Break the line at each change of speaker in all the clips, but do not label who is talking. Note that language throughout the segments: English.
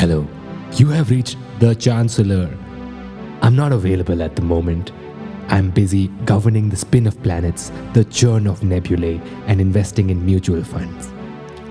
Hello, you have reached the Chancellor. I'm not available at the moment. I'm busy governing the spin of planets, the churn of nebulae, and investing in mutual funds.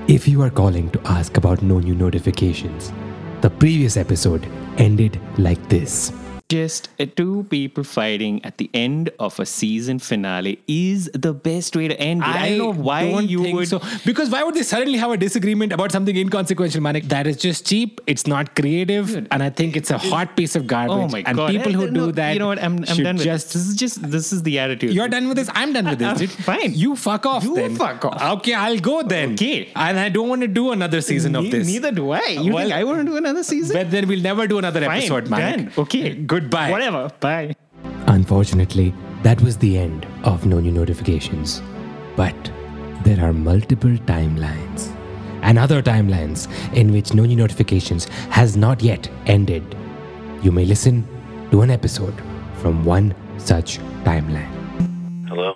If you are calling to ask about no new notifications, the previous episode ended like this.
Just uh, two people fighting at the end of a season finale is the best way to end it. I, don't know why
don't
you
think
would.
So. Because why would they suddenly have a disagreement about something inconsequential, Manik? That is just cheap. It's not creative, and I think it's a hot piece of garbage.
Oh my
and
god!
people
Uh,
who
no,
do that,
you know what? I'm, I'm
should
done with
just.
this. This is just this is the attitude.
You're done with this. I'm done with this. dude.
Uh, Fine.
You fuck off.
You
then.
fuck off.
Okay, I'll go then.
Okay.
And I don't want to do another season
Ne-
of this.
Neither do I. You
Well-
think I want to do another season?
But then we'll never do another
Fine,
episode, Manik.
done. Okay,
Goodbye.
Whatever. Bye.
Unfortunately, that was the end of no new notifications. But there are multiple timelines and other timelines in which no new notifications has not yet ended. You may listen to an episode from one such timeline.
Hello?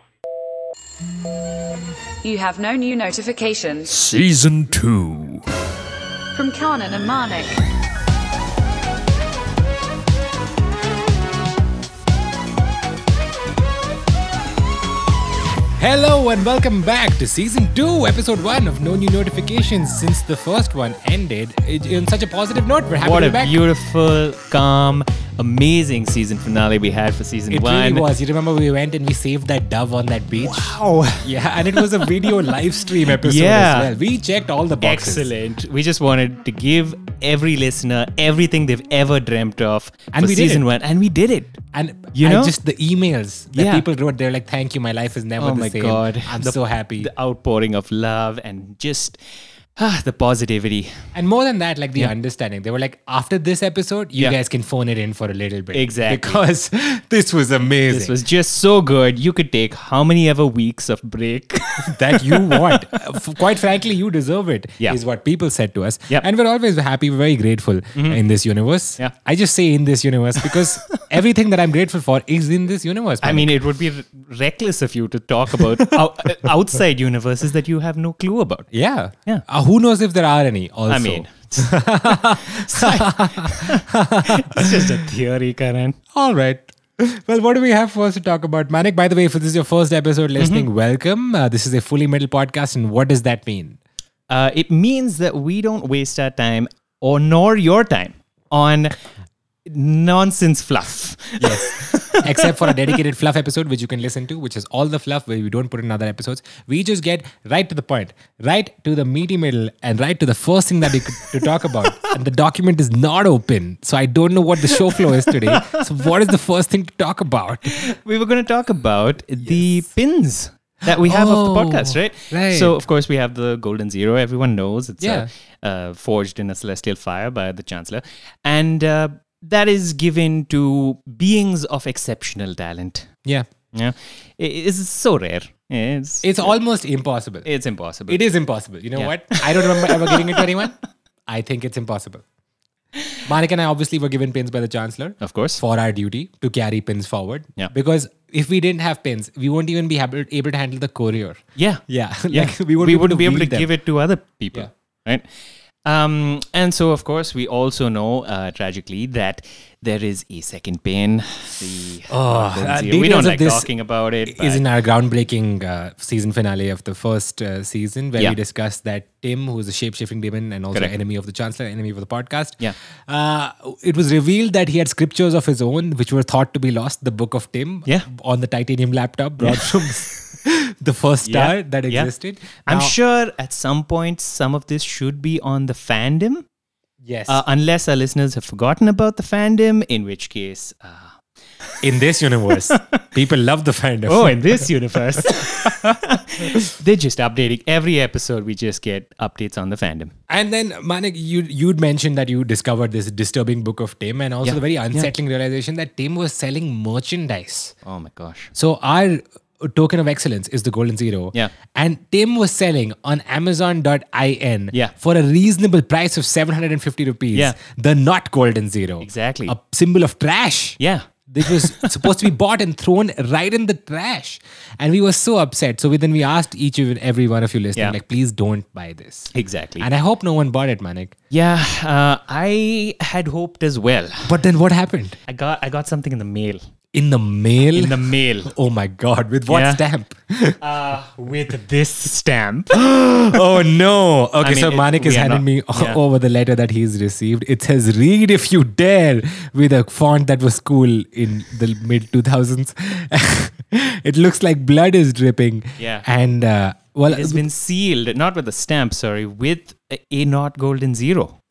You have no new notifications
Season 2.
from Kanan and Marnik.
Hello and welcome back to season 2, episode 1 of No New Notifications since the first one ended. It- In such a positive note, we're happy
What
to
a
be back.
beautiful, calm, amazing season finale we had for season
it
one.
really was. You remember we went and we saved that dove on that beach? Wow. Yeah, and it was a video live stream episode
Yeah.
as well. We checked all the boxes.
Excellent. We just wanted to give every listener everything they've ever dreamt of
And
for
we did
season
it.
one, and we did it.
And
You
you know,
know?
just the emails that
Yeah.
people wrote, they're like, "Thank you, my life is never
Oh
the
my
same."
God.
I'm
The-
so happy.
The outpouring of love and just ah, the positivity.
And more than that, like the understanding. They were like, after this episode, you
Yeah.
guys can phone it in for a little bit.
Exactly.
Because this was amazing.
This was just so good. You could take how many ever weeks of break.
that you want. Uh, f- Quite frankly, you deserve it, is
Yeah.
what people said to us.
Yep. Mm-hmm.
And we're always happy. We're very grateful in this universe.
Yeah.
I just say in this universe because everything that I'm grateful for is in this universe.
I
man.
mean, it would be r- reckless of you to talk about ou- uh, outside universes that you have no clue about.
yeah.
Yeah.
Uh, who knows if there are any also?
I mean, it's just a theory, Karan.
All right. Well, what do we have for us to talk about? Manik, by the way, if this is your first episode listening,
Mm-hmm.
welcome. Uh, this is a fully metal podcast. And what does that mean?
Uh, it means that we don't waste our time or nor your time on nonsense fluff.
Yes. Except for a dedicated fluff episode, which you can listen to, which is all the fluff where we don't put in other episodes. We just get right to the point, right to the meaty middle, and right to the first thing that we could to talk about. And the document is not open. So I don't know what the show flow is today. So what is the first thing to talk about?
We were going to talk about the pins that we have of the podcast,
Oh,
right?
right.
So, of course, we have the Golden Zero. Everyone knows it's
Yeah.
uh, uh, forged in a celestial fire by the Chancellor. And uh, that is given to beings of exceptional talent.
Yeah.
Yeah. I- It's so rare. Yeah, It's,
It's almost impossible.
it's impossible.
It is impossible. You know
Yeah.
what? I don't remember ever giving it to anyone. I think it's impossible. Manik and I obviously were given pins by the Chancellor.
Of course.
for our duty to carry pins forward.
Yeah.
Because if we didn't have pins, we won't even be able, able to handle the courier.
Yeah.
Yeah.
Yeah.
like we won't
we
be
wouldn't be able to
wield them.
give it to other people.
Yeah.
Right. Um, and so, of course, we also know uh, tragically that there is a second pin. The Golden
uh,
Zero. we
details
don't
of
like
this
talking about it.
Is
but-
in our groundbreaking uh, season finale of the first uh, season, where
Yeah.
we discussed that Tim, who is a shapeshifting demon and also
Correct.
enemy of the Chancellor, enemy of the podcast,
Yeah.
uh, it was revealed that he had scriptures of his own, which were thought to be lost, the Book of Tim,
Yeah.
on the titanium laptop brought from the first
Yeah.
star that
Yeah.
existed.
I'm
Now-
sure at some point some of this should be on the fandom,
Yes.
uh, unless our listeners have forgotten about the fandom, in which case, uh,
in this universe, people love the fandom.
oh, in this universe, they're just updating every episode. We just get updates on the fandom.
And then, Manik, you you'd mentioned that you discovered this disturbing book of Tim, and also
Yeah.
the very
Yeah.
unsettling realization that Tim was selling merchandise.
Oh my gosh.
So our token of excellence is the Golden Zero.
Yeah.
And Tim was selling on Amazon.in
Yeah.
for a reasonable price of 750 rupees.
Yeah.
The not Golden Zero.
Exactly.
A symbol of trash.
Yeah.
This was supposed to be bought and thrown right in the trash. And we were so upset. So we, then we asked each of every one of you listening,
Yeah.
like, please don't buy this.
Exactly.
And I hope no one bought it, Manik.
yeah, uh, I had hoped as well.
But then what happened?
I got I got something in the mail.
In the mail?
In the mail.
oh my God, with what
Yeah.
stamp?
Uh, with this stamp.
oh no. Okay,
mean,
so
it-
Manik is
we are
handing
not-
me o-
yeah.
over the letter that he's received. It says, read if you dare, with a font that was cool in the mid 2000s. it looks like blood is dripping.
Yeah.
And, uh, well,
It's been sealed, not with a stamp, sorry, with a, a not golden zero.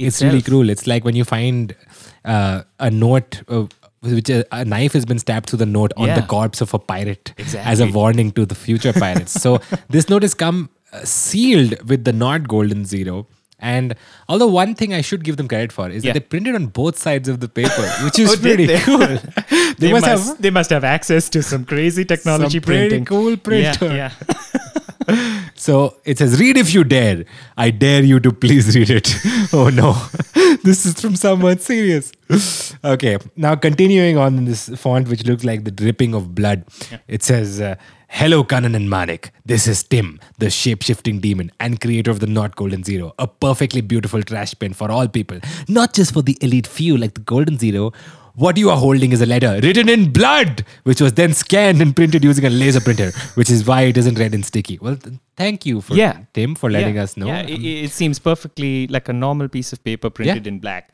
it's really
itself.
cruel. It's like when you find uh, a note. Uh, which a, a knife has been stabbed through the note on the
Yeah.
corpse of a pirate as a
Exactly.
warning to the future pirates. so this note has come uh, sealed with the not golden zero. And although one thing I should give them credit for is
Yeah.
that they printed on both sides of the paper, which is
Oh, did
pretty
they?
cool. They, must, have
they must have access to some crazy technology
Some pretty cool printer.
Yeah, yeah.
So it says, read if you dare. I dare you to please read it. oh no, this is from someone serious. okay, now continuing on in this font, which looks like the dripping of blood, it says, uh, Hello, Kanan and Manik. This is Tim, the shape shifting demon and creator of the Not Golden Zero, a perfectly beautiful trash bin for all people, not just for the elite few like the Golden Zero. What you are holding is a letter written in blood, which was then scanned and printed using a laser printer, which is why it isn't red and sticky. Well, th- thank you for
Yeah.
Tim for letting
Yeah,
us know. Um,
Yeah, it, it seems perfectly like a normal piece of paper printed in black.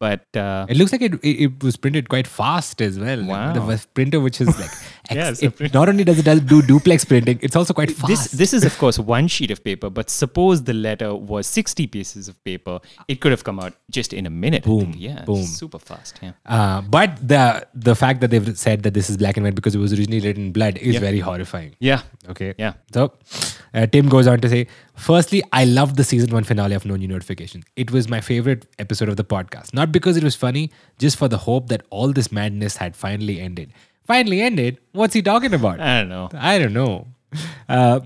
But uh,
it looks like it, it, it was printed quite fast as well. The
Wow.
was- printer, which is like,
Yeah,
ex-
it's a
it,
print-
not only does it does do duplex printing, it's also quite fast.
this this is of course one sheet of paper, but suppose the letter was sixty pieces of paper, it could have come out just in a minute. I
Boom,
think. Yeah.
boom.
Super fast. Yeah.
Uh, but the the fact that they've said that this is black and white because it was originally written in blood is very horrifying.
Yeah.
Okay.
Yeah.
So uh, Tim goes on to say, firstly, I loved the season one finale of No New Notification. It was my favorite episode of the podcast, not because it was funny, just for the hope that all this madness had finally ended. Finally ended. What's he talking about?
I don't know.
I don't know. Uh,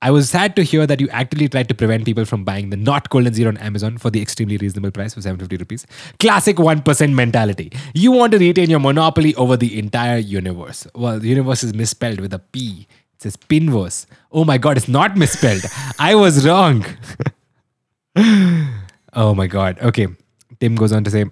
I was sad to hear that you actively tried to prevent people from buying the not golden zero on Amazon for the extremely reasonable price of 750 rupees. Classic 1% mentality. You want to retain your monopoly over the entire universe. Well, the universe is misspelled with a P. It says pinverse. Oh my god, it's not misspelled. I was wrong. oh my god. Okay. Tim goes on to say,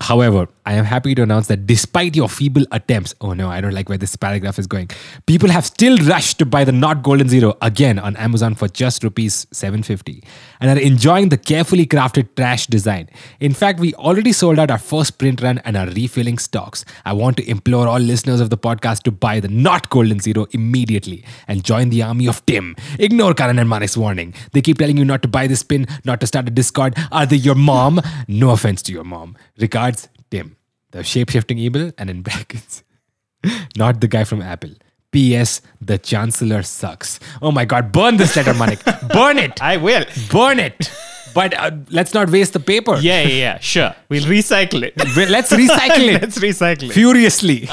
However, I am happy to announce that despite your feeble attempts, oh no, I don't like where this paragraph is going. People have still rushed to buy the Not Golden Zero again on Amazon for just rupees 750 and are enjoying the carefully crafted trash design. In fact, we already sold out our first print run and are refilling stocks. I want to implore all listeners of the podcast to buy the Not Golden Zero immediately and join the army of Tim. Ignore Karan and Manik's warning. They keep telling you not to buy this pin, not to start a Discord. Are they your mom? No offense to your mom. Regards, Tim, the shape shifting evil, and in brackets, not the guy from Apple. P.S. The Chancellor sucks. Oh my God, burn this letter, Manik. burn it.
I will.
Burn it. But uh, let's not waste the paper.
Yeah, yeah, yeah. Sure. We'll recycle it.
Well, Let's recycle it
Let's recycle it.
furiously.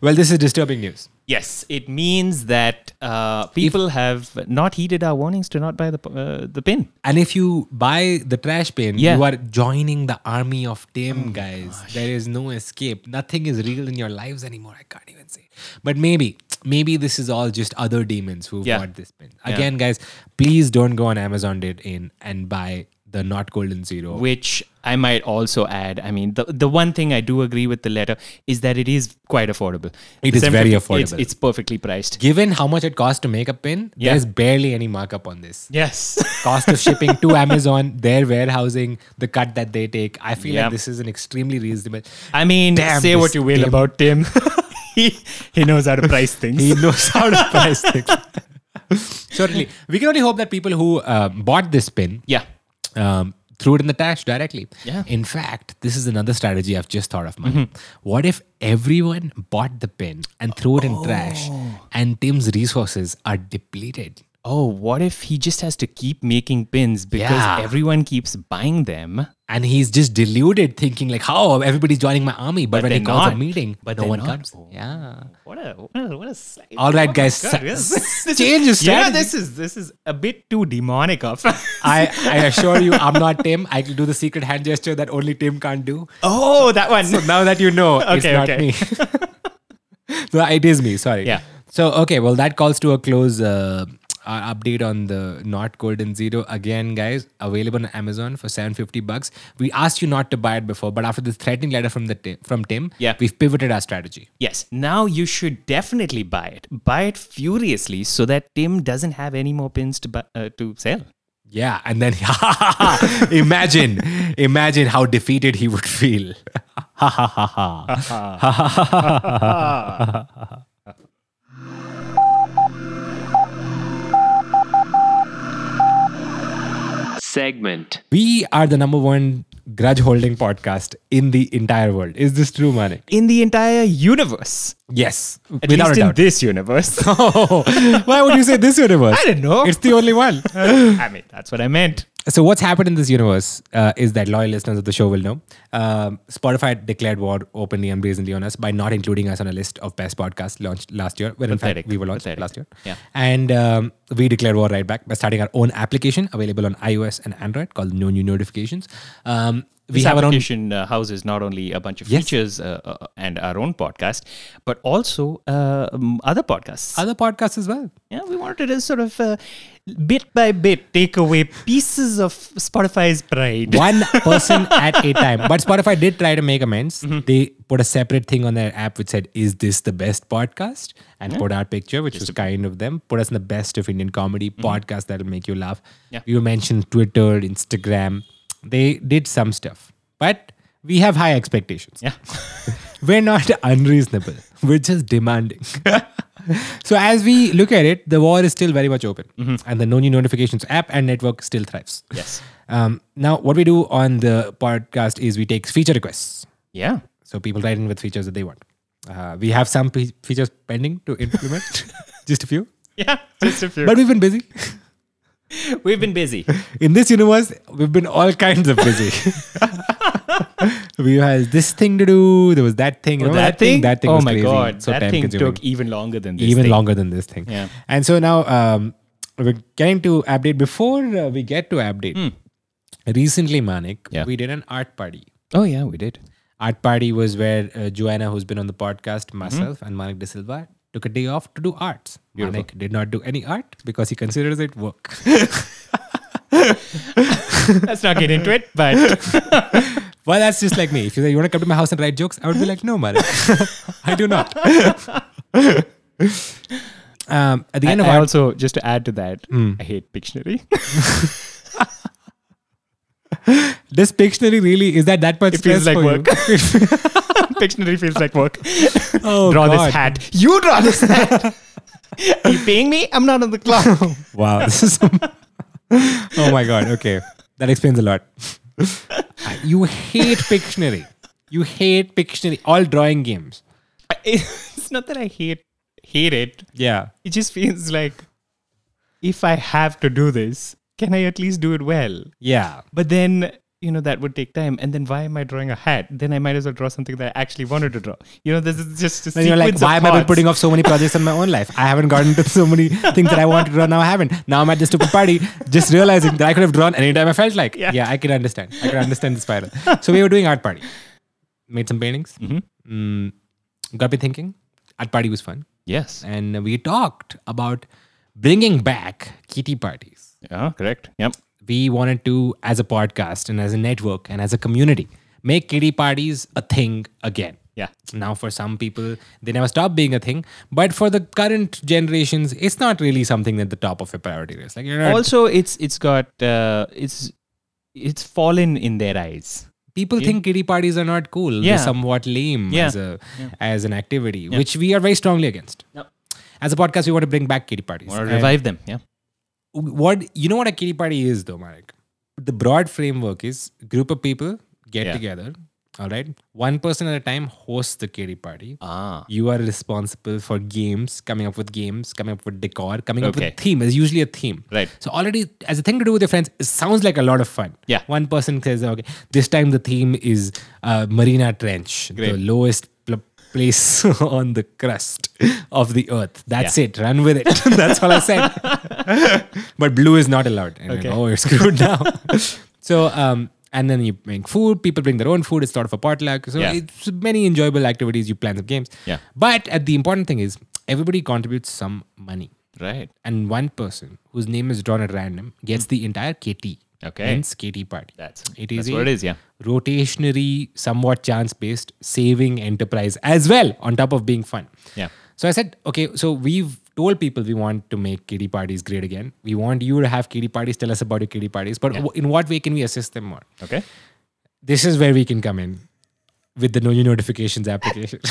well, this is disturbing news.
Yes, it means that uh, people have not heeded our warnings to not buy the uh, the pin.
And if you buy the trash bin,
Yeah. Oh
you are joining the army of Tim, guys. There is no escape. Nothing is real in your lives anymore. I can't even say. But maybe, maybe this is all just other demons who
Yeah.
bought this bin. Again, guys, please don't go on Amazon date in and buy the not golden zero.
Which I might also add. I mean, the the one thing I do agree with the letter is that it is quite affordable.
It
The
is very
750 It's,
affordable.
it's perfectly priced.
Given how much it costs to make a pin,
Yeah.
there's barely any markup on this.
Yes.
cost of shipping to Amazon, their warehousing, the cut that they take. I feel
Yeah.
like this is an extremely reasonable.
I mean,
Damn,
say what
this
you will
Tim.
about Tim. he he knows how to price things.
He knows how to price things. Certainly, we can only hope that people who uh, bought this pin
yeah.
um, threw it in the trash directly.
Yeah. Mm-hmm.
In fact, this is another strategy I've just thought of. Man, what if everyone bought the pin and threw it in
Oh.
trash, and Tim's resources are depleted?
Oh, what if he just has to keep making pins because
Yeah.
everyone keeps buying them?
and he's just deluded, thinking like, "How everybody's joining my army," but,
But
when he
they're
calls a
not.
meeting,
But
no
they're
one
not.
comes.
Oh.
Yeah.
What a what a what a slight-
All right,
oh my
guys,
God,
sa-
yes.
s-
This
change your
is, you know,
strategy.
this is this is a bit too demonic of.
I, I assure you, I'm not Tim. I can do the secret hand gesture that only Tim can't do.
oh, that one.
So now that you know, it's
Okay,
not
okay.
me. no, it is me. Sorry.
Yeah.
So okay, well that calls to a close. Uh, our update on the Not Golden Zero again, guys, available on Amazon for 750 bucks. We asked you not to buy it before, but after this threatening letter from the Ti- from Tim,
Yeah.
we've pivoted our strategy.
Yes, now you should definitely buy it. Buy it furiously so that Tim doesn't have any more pins to buy, uh, to sell.
Yeah, and then imagine, imagine how defeated he would feel.
segment.
we are the number one grudge holding podcast in the entire world. Is this true, Manik?
In the entire universe,
Yes,
at least in this universe.
Why would you say this universe?
I don't know.
It's the only one.
I mean, that's what I meant.
so what's happened in this universe uh, is that loyal listeners of the show will know um, spotify declared war openly and brazenly on us by not including us on a list of best podcasts launched last year where in
Pathetic.
fact we were launched
Pathetic.
last year
Yeah.
and um, we declared war right back by starting our own application available on ios and android called no new notifications um, we
this
have our own
application uh, houses not only a bunch of
Yes.
features uh, uh, and our own podcast, but also uh, um, other podcasts.
other podcasts as well
yeah, we wanted to sort of uh, bit by bit take away pieces of Spotify's pride.
one person at a time. But Spotify did try to make amends. They put a separate thing on their app which said, "Is this the best podcast?" and put our picture, which was kind of them. Put us in the best of Indian comedy podcast that'll make you laugh.
Yeah.
You mentioned Twitter, Instagram. They did some stuff, but we have high expectations.
Yeah.
We're not unreasonable. We're just demanding. so as we look at it, the war is still very much open, and the No New Notifications app and network still thrives.
Mm-hmm. Yes.
Um, now, what we do on the podcast is we take feature requests.
Yeah.
So people write in with features that they want. Uh, we have some pe- features pending to implement, just a few.
Yeah. Just a few.
But we've been busy.
We've been busy.
In this universe, we've been all kinds of busy. we had this thing to do. There was that thing. remember That thing
oh
was
my
crazy.
god,
So
that
time
thing
consuming.
took even longer than this.
even
thing.
longer than this thing.
Yeah.
And so now um, we're getting to update. Before uh, we get to update, recently, Manik,
Hmm. Yeah.
we did an art party.
Oh yeah, we did.
Art party was where uh, Joanna, who's been on the podcast,
Mm-hmm.
myself, and Manik De Silva took a day off to do arts. Manik did not do any art because he considers it work.
Let's not get into it, but
well, that's just like me. If you say you want to come to my house and write jokes, I would be like, no, Manik, I do not. um, at the
I,
end of Mm.
I
art,
also just to add to that, I hate Pictionary.
this Pictionary really is that that much
It feels
stress for
like work.
you?
Pictionary feels like work.
Oh,
draw
God.
this hat. You draw this hat. Are you paying me? I'm not on the clock.
Wow, this is. oh my god. Okay, that explains a lot. you hate Pictionary. You hate Pictionary. All drawing games.
it's not that I hate hate it.
Yeah.
It just feels like if I have to do this, can I at least do it well?
Yeah.
But then, you know, that would take time. And then why am I drawing a hat? Then I might as well draw something that I actually wanted to draw. You know, this is just a
Then
sequence
you're like,
of
why am I
thoughts."
putting off so many projects in my own life? I haven't gotten to so many things that I wanted to draw. Now I haven't. Now I'm at this stupid party, just realizing that I could have drawn anytime I felt like.
Yeah.
yeah I can understand. I can understand the spiral. So we were doing art party. Made some paintings. Mm, got me thinking. Art party was fun.
Yes.
and we talked about bringing back kitty parties.
Yeah, correct. Yep.
We wanted to, as a podcast and as a network and as a community, make kitty parties a thing again.
Yeah.
Now, for some people, they never stop being a thing, but for the current generations, it's not really something at the top of your priority list. Like, you know,
Also, it's it's got uh, it's it's fallen in their eyes.
people think kitty parties are not cool. They're
Yeah.
somewhat lame
Yeah.
as a as an activity, which we are very strongly against.
Yep.
As a podcast, we want to bring back kitty parties.
Or
And-
revive them. Yeah.
what you know what a kitty party is though marek the broad framework is group of people get
Yeah.
together All right. One person at a time hosts the kiddie party. Ah. You are responsible for games, coming up with games, coming up with decor, coming up
Okay.
with theme. There's usually a theme.
Right.
So already as a thing to do with your friends, it sounds like a lot of fun.
Yeah.
One person says, okay, this time the theme is uh, Marina Trench, the
Great.
lowest pl- place on the crust of the earth. That's it. Run with it. That's all I said but blue is not allowed. And okay. oh, you're screwed now. so, um, and then you make food. People bring their own food. It's sort of a potluck. So
Yeah.
it's many enjoyable activities. You plan some games.
Yeah.
But uh, the important thing is everybody contributes some money,
Right.
and one person whose name is drawn at random gets the entire KT.
Hmm. Okay.
Hence KT party.
That's
it is
that's what
a
it is. Yeah.
Rotationary, somewhat chance based saving enterprise as well, on top of being fun.
Yeah.
So I said, okay, so we've told people we want to make kiddie parties great again. We want you to have kiddie parties. Tell us about your kiddie parties. But w- in what way can we assist them more?
Okay.
This is where we can come in with the Know Your Notifications application.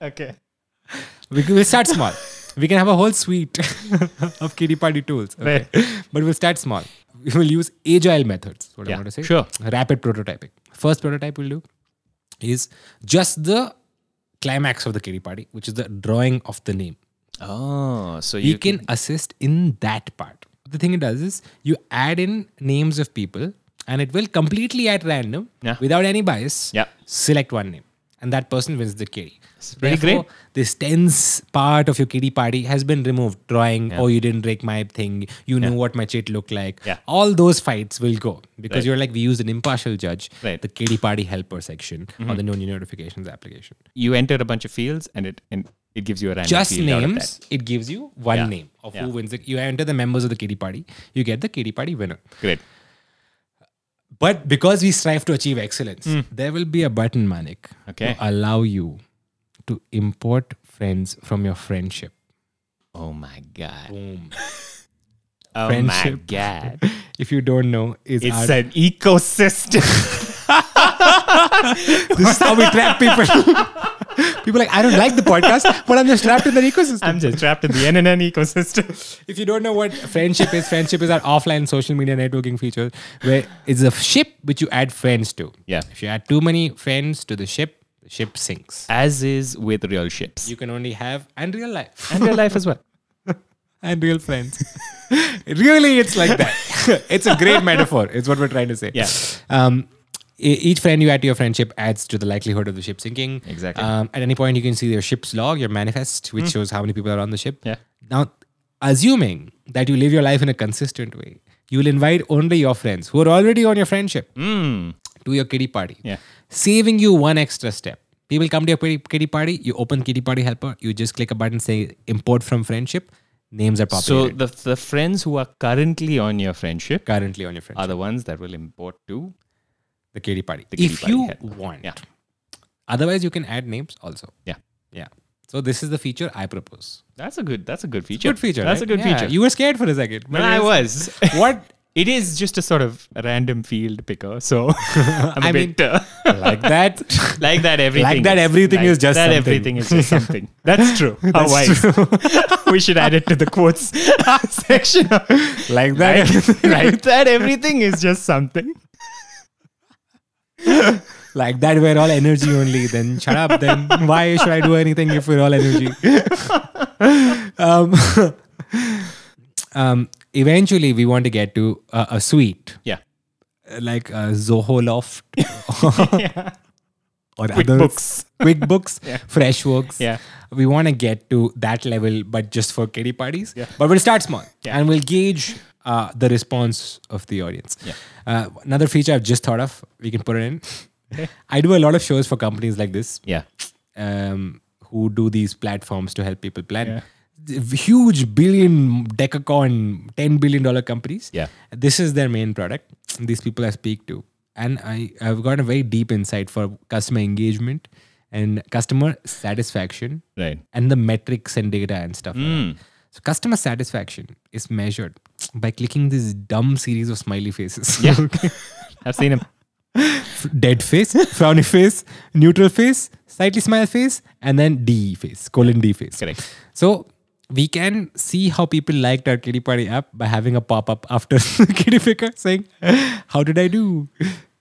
Okay.
we will start small. We can have a whole suite of kiddie party tools. okay? But we'll start small. We will use agile methods. What I
Yeah,
want to say.
sure.
Rapid prototyping. First prototype we'll do is just the climax of the kiddie party, which is the drawing of the name.
Oh, so
you,
you
can, assist in that part. The thing it does is you add in names of people and it will completely at random
Yeah.
without any bias
Yeah.
select one name and that person wins the kitty.
pretty
Therefore,
great.
This tense part of your kitty party has been removed. Drawing, oh, you didn't break my thing. You knew what my chit looked like.
Yeah.
All those fights will go because
Right.
you're like, we used an impartial judge,
Right. Mm-hmm.
the kitty party helper section on the known Your notifications application.
you enter a bunch of fields and it and it gives you a random
just
field out of
names
that.
it gives you one
Yeah.
name of who
Yeah.
wins it you enter the members of the kiddie party you get the kiddie party winner
Great.
but because we strive to achieve excellence there will be a button manik
Hmm. Okay.
to allow you to import friends from your friendship
Oh my god.
Boom.
Oh my
Friendship.
god.
if you don't know is
It's
our,
an ecosystem.
this is how we trap people people are like i don't like the podcast but i'm just trapped in the ecosystem
I'm just trapped in the NNN ecosystem.
If you don't know what friendship is, friendship is our offline social media networking feature where it's a ship which you add friends to.
Yeah.
If you add too many friends to the ship, the ship sinks.
As is with real ships.
You can only have and real life
and real life as well.
and real friends. really, it's like that. it's a great metaphor. It's what we're trying to say.
Yeah.
Um, e- each friend you add to your friendship adds to the likelihood of the ship sinking.
Exactly. Hmm.
Um, at any point, you can see your ship's log, your manifest, which shows how many people are on the ship.
Yeah.
Now, assuming that you live your life in a consistent way, you will invite only your friends who are already on your friendship to your kiddie party.
Hmm. Yeah.
Saving you one extra step. People come to your kiddie- kiddie party, you open kiddie party helper, you just click a button saying import from friendship, names are
So
populated
the the friends who are currently on your friendship
currently on your friendship.
are the ones that will import to
the kiddie party.
the kiddie
if
party
you
helper.
want.
Yeah.
Otherwise, you can add names also.
Yeah.
Yeah. So this is the feature I propose.
That's a good that's a good feature.
Good feature.
That's
right?
a good
Yeah,
feature.
You were scared for a second.
No,
but
I
yes.
was.
What?
It is just a sort of random field picker, so I'm a
I mean-
bit uh,
like that.
like that. Everything
Like that everything is just
that.
something.
Everything is just something. That's true. How wise. we should add it to the quotes section.
like that.
right. That everything is just something.
like that we're all energy only then shut up then why should i do anything if we're all energy um, um, eventually we want to get to a, a suite
Yeah.
uh, like a zoho loft or
Quick
others.
books.
QuickBooks, Freshworks.
Yeah.
We want to get to that level, but just for kiddie parties.
Yeah.
But we'll start small
Yeah.
and we'll gauge uh, the response of the audience. Uh, another feature I've just thought of, we can put it in. I do a lot of shows for companies like this
Yeah.
um, who do these platforms to help people plan. Huge billion decacon, ten billion dollar companies.
Yeah.
this is their main product. These people I speak to, and I I've got a very deep insight for customer engagement and customer satisfaction
Right.
and the metrics and data and stuff. like
Hmm.
that. So customer satisfaction is measured by clicking this dumb series of smiley faces.
Yeah. I've seen him.
dead face, frowny face, neutral face, slightly smile face, and then DE face, colon D face.
Correct.
So we can see how people liked our Kitty Party app by having a pop up after the Kitty Picker saying, How did I do?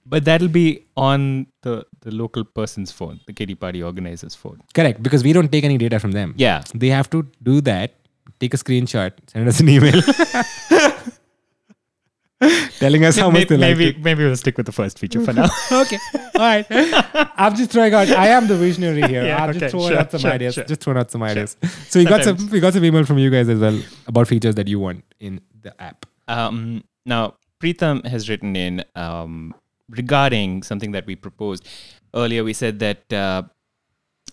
But that'll be on the, the local person's phone, the kitty party organizer's phone.
Correct, because we don't take any data from them.
Yeah.
They have to do that, take a screenshot, send us an email. telling us how much
maybe
they like
maybe,
it.
maybe we'll stick with the first feature for now.
Okay. All right. I'm just throwing out. I am the visionary here.
Yeah,
I'm
okay,
just throwing
sure,
out some
sure,
ideas.
sure.
Just throwing out some ideas. So we got some. We got some email from you guys as well about features that you want in the app.
Um, now, Preetham has written in um, regarding something that we proposed earlier. We said that, uh,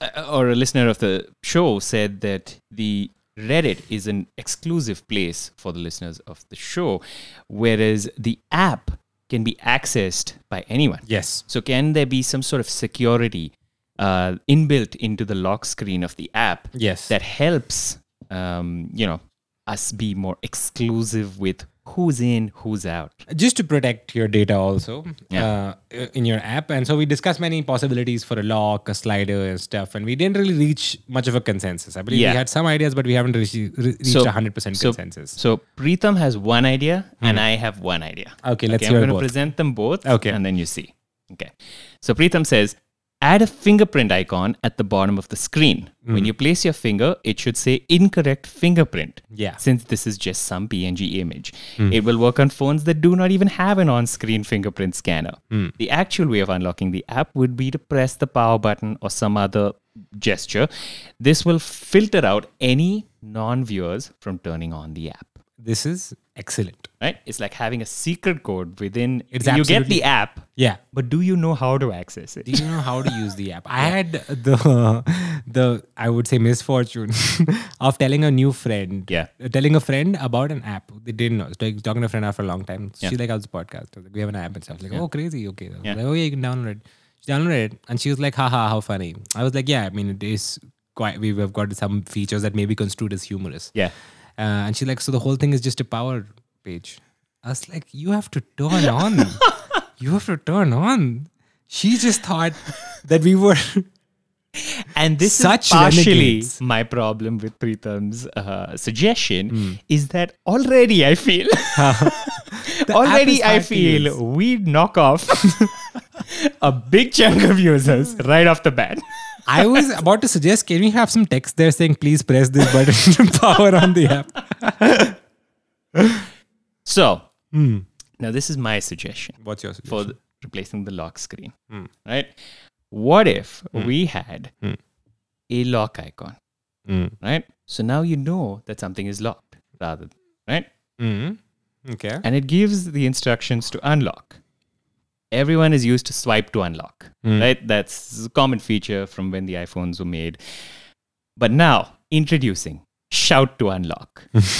uh, or a listener of the show said that the Reddit is an exclusive place for the listeners of the show, whereas the app can be accessed by anyone.
Yes.
So, can there be some sort of security uh, inbuilt into the lock screen of the app?
Yes.
that helps um, you know us be more exclusive with who's in who's out
just to protect your data also
Yeah.
uh, in your app and so we discussed many possibilities for a lock a slider and stuff and we didn't really reach much of a consensus i believe
Yeah.
we had some ideas but we haven't really re- reached
So-
100%
so,
consensus
so Preetham has one idea and I have one idea
Hmm. Okay, let's
I'm
hear
gonna
both.
present them both
Okay.
and then you see okay so Preetham says add a fingerprint icon at the bottom of the screen
Hmm.
when you place your finger it should say incorrect fingerprint
Yeah. Hmm.
since this is just some png image it will work on phones that do not even have an on-screen fingerprint scanner
Hmm.
the actual way of unlocking the app would be to press the power button or some other gesture this will filter out any non-viewers from turning on the app
this is excellent
right it's like having a secret code within
It's
you get
absolutely-
the app
yeah
but do you know how to access
do
it
you know how to use the app i had the the i would say misfortune of telling a new friend
Yeah.
uh, telling a friend about an app they didn't know I was talking talking to a friend after a long time she's like how's the podcast I was like, we have an app and stuff I was like oh crazy okay I was
Yeah.
like, oh yeah you can download it she downloaded it and she was like haha how funny i was like yeah i mean it is quite we have got some features that may be construed as humorous
yeah
uh, and she's like, so the whole thing is just a power page. I was like, you have to turn on. you have to turn on. She just thought that we were.
and this
Such
is partially
renegades.
my problem with Preetham's uh, suggestion
Hmm.
is that already i feel
The app
already
is
i
hard to
feel
use.
we knock off a big chunk of users
Hmm.
right off the bat
I was about to suggest, can we have some text there saying, please press this button to power on the app?
so
Hmm.
now this is my suggestion
What's your
for th- replacing the lock screen
Hmm.
right what if we had a lock icon
Hmm.
right so now you know that something is locked rather right
Mm-hmm. Okay.
and it gives the instructions to unlock everyone is used to swipe to unlock right that's a common feature from when the iphones were made but now introducing shout to unlock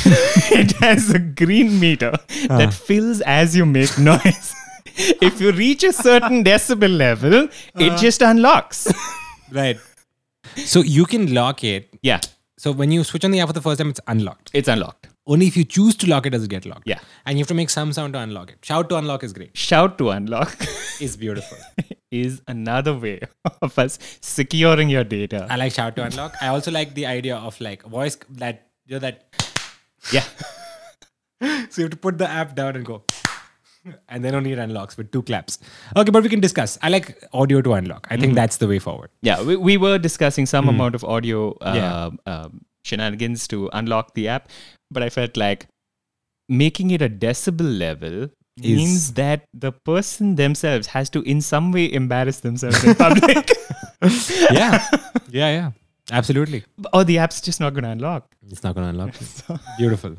it has a green meter that fills as you make noise if you reach a certain decibel level it just unlocks
Right. So you can lock it.
yeah
So when you switch on the app for the first time, it's unlocked.
it's unlocked
Only if you choose to lock it does it get locked.
Yeah.
And you have to make some sound to unlock it. Shout to unlock is great.
shout to unlock
It's beautiful.
is another way of us securing your data
I like shout to unlock. I also like the idea of like voice that you know that
yeah
so you have to put the app down and go and then only it unlocks with two claps. Okay, but we can discuss. I like audio to unlock. I think that's the way forward.
Yeah, we, we were discussing some amount of audio
Yeah.
uh, um, shenanigans to unlock the app, but I felt like making it a decibel level means that the person themselves has to, in some way, embarrass themselves in public,
Yeah. yeah, yeah. Absolutely.
or the app's just not going to unlock.
It's not gonna unlock it. Beautiful.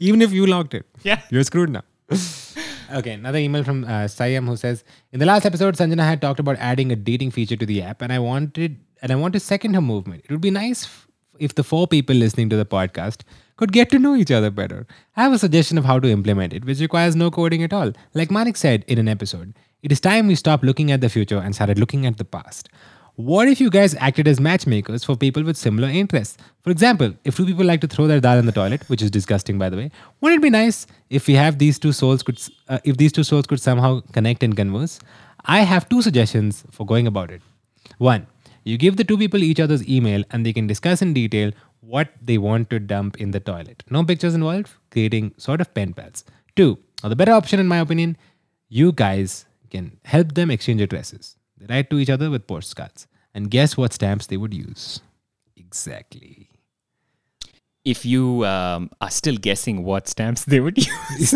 Even if you locked it.
Yeah.
You're screwed now. okay, another email from uh, Sayam who says, "In the last episode, Sanjana had talked about adding a dating feature to the app, and I wanted and I want to second her movement. It would be nice f- if the four people listening to the podcast could get to know each other better. I have a suggestion of how to implement it, which requires no coding at all. Like Manik said in an episode, it is time we stopped looking at the future and started looking at the past." What if you guys acted as matchmakers for people with similar interests? For example, if two people like to throw their dal in the toilet, which is disgusting by the way, wouldn't it be nice if we have these two souls could s- uh, if these two souls could somehow connect and converse? I have two suggestions for going about it. One, you give the two people each other's email and they can discuss in detail what they want to dump in the toilet. No pictures involved, creating sort of pen pals. Two, or the better option in my opinion, you guys can help them exchange addresses. They write to each other with postcards. And guess what stamps they would use? Exactly.
If you um, are still guessing what stamps they would use,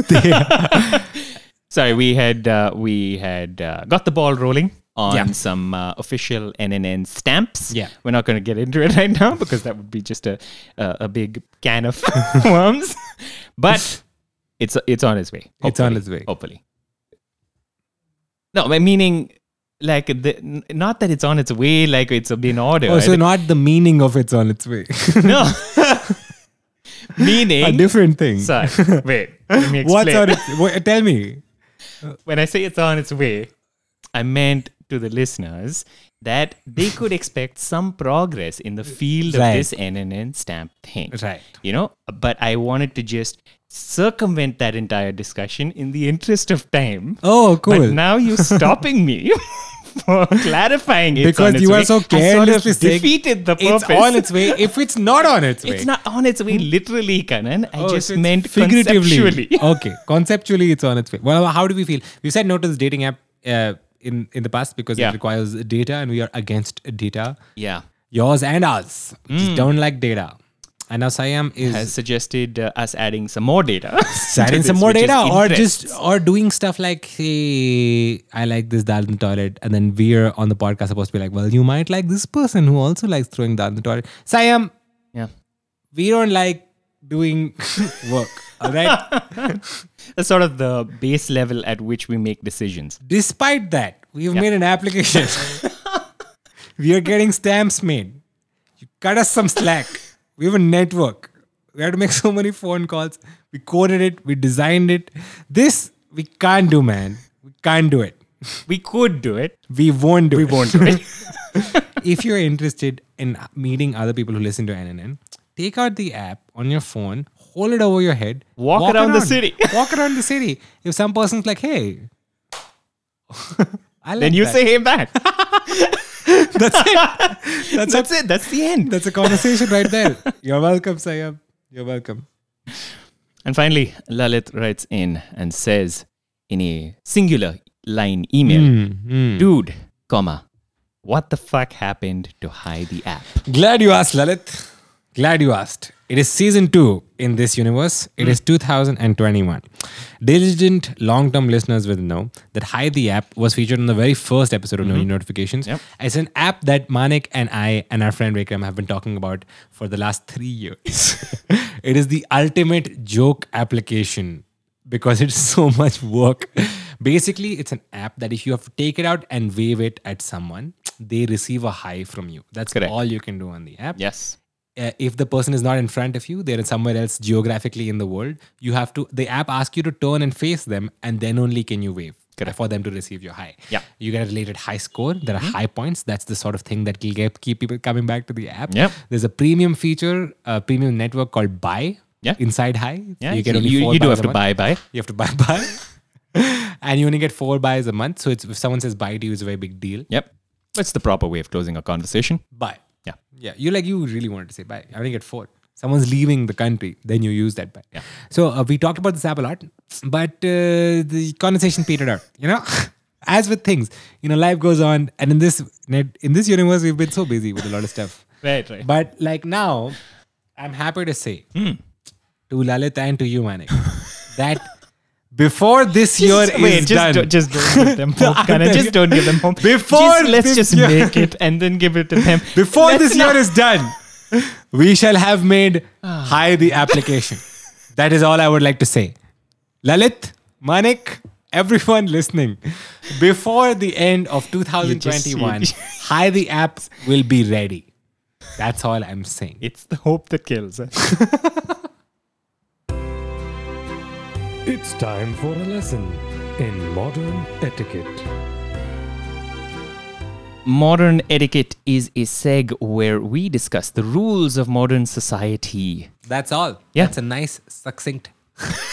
sorry, we had uh, we had uh, got the ball rolling on
Yeah.
some uh, official NNN stamps.
Yeah.
we're not going to get into it right now because that would be just a a, a big can of worms. But it's it's on its way.
It's on
hopefully.
its way.
Hopefully. No, I- meaning like the, n- not that it's on its way. Like it's been ordered.
Oh, so not the meaning of it's on its way.
No. Meaning.
A different thing.
Sorry. Wait. Let me explain.
What's on its what, Tell me.
when I say it's on its way, I meant to the listeners that they could expect some progress in the field
Right.
of this NNN stamp thing.
Right.
You know, but I wanted to just circumvent that entire discussion in the interest of time.
Oh,
But
cool.
now you're stopping me for clarifying it.
Because you are so
I sort
carelessly
of
saying
defeated the purpose.
It's on its way if it's not on its way.
It's not on its way literally, Kanan. I
Oh,
just
so it's
meant figuratively.
okay, conceptually, it's on its way. Well, how do we feel? We said no to this dating app uh, in in the past because
Yeah.
it requires data, and we are against data,
yeah.
yours and ours. We Just don't like data. And now Siam is
Hmm. Has suggested uh, us adding some more data.
adding
to
some
this,
more
which is
data, or
interest.
just or doing stuff like, hey, I like this dal in the toilet, and then we're on the podcast supposed to be like, well, you might like this person who also likes throwing dal in the toilet. Siam,
Yeah.
we don't like doing work. All right.
That's sort of the base level at which we make decisions.
Despite that, we've made an application. we are getting stamps made. You cut us some slack. We have a network. We had to make so many phone calls. We coded it. We designed it. This we can't do, man. We can't do it.
We could do it.
We won't do it. We won't do it. if you're interested in meeting other people who listen to NNN, take out the app on your phone, hold it over your head,
Walk around the city.
walk around the city. If some person's like, "Hey," I like
Then you
that.
say, hey, back.
That's it. That's,
That's
it.
it. That's the end.
That's a conversation right there. You're welcome, Sayab. You're welcome.
And finally, Lalit writes in and says in a singular line email,
Hmm,
dude, comma, what the fuck happened to hide the app?
Glad you asked, Lalit. Glad you asked. It is season two in this universe. It is 2021. Diligent long term listeners will know that Hi the app was featured on the very first episode of No New Notifications. It's an app that Manik and I and our friend Vikram have been talking about for the last three years. it is the ultimate joke application because it's so much work. Basically, it's an app that if you have to take it out and wave it at someone, they receive a high from you. That's
Correct.
all you can do on the app.
Yes.
Uh, if the person is not in front of you, they're somewhere else geographically in the world. You have to. The app asks you to turn and face them, and then only can you wave for them to receive your high.
Yeah. Mm-hmm.
you get a related high score. There are high points. That's the sort of thing that will get, keep people coming back to the app.
Yep.
there's a premium feature, a premium network called Buy.
Yeah.
inside High.
Yeah.
you get only
you,
four
you do
buys
have
a
to
month.
buy, buy.
You have to buy buy. and you only get four buys a month. So it's if someone says buy to you, it's a very big deal.
Yep. That's the proper way of closing a conversation.
Buy.
Yeah.
Yeah. You like you really wanted to say buy. I only get four. Someone's leaving the country, then you use that buy.
Yeah.
So uh, we talked about this app a lot, but uh, the conversation petered out. You know, as with things, you know, life goes on, and in this net, in this universe, we've been so busy with a lot of stuff.
Right, right.
But like now, I'm happy to say
Hmm.
to Lalit and to you, Manik, that before this year
just, wait,
is
just
done,
Don't, just don't give them hope,
I'm
Kanan.
telling
Just
you.
don't give them hope.
Before
just, let's
this
just
year-
make it and then give it to them.
before
Let's
this
not-
year is done, we shall have made high the application. that is all I would like to say. Lalit, Manik, everyone listening, before the end of 2021,
You
high the app will be ready. That's all I'm saying.
it's the hope that kills.
It's time for a lesson in modern etiquette.
modern etiquette is a seg where we discuss the rules of modern society.
That's all.
Yeah.
That's a nice, succinct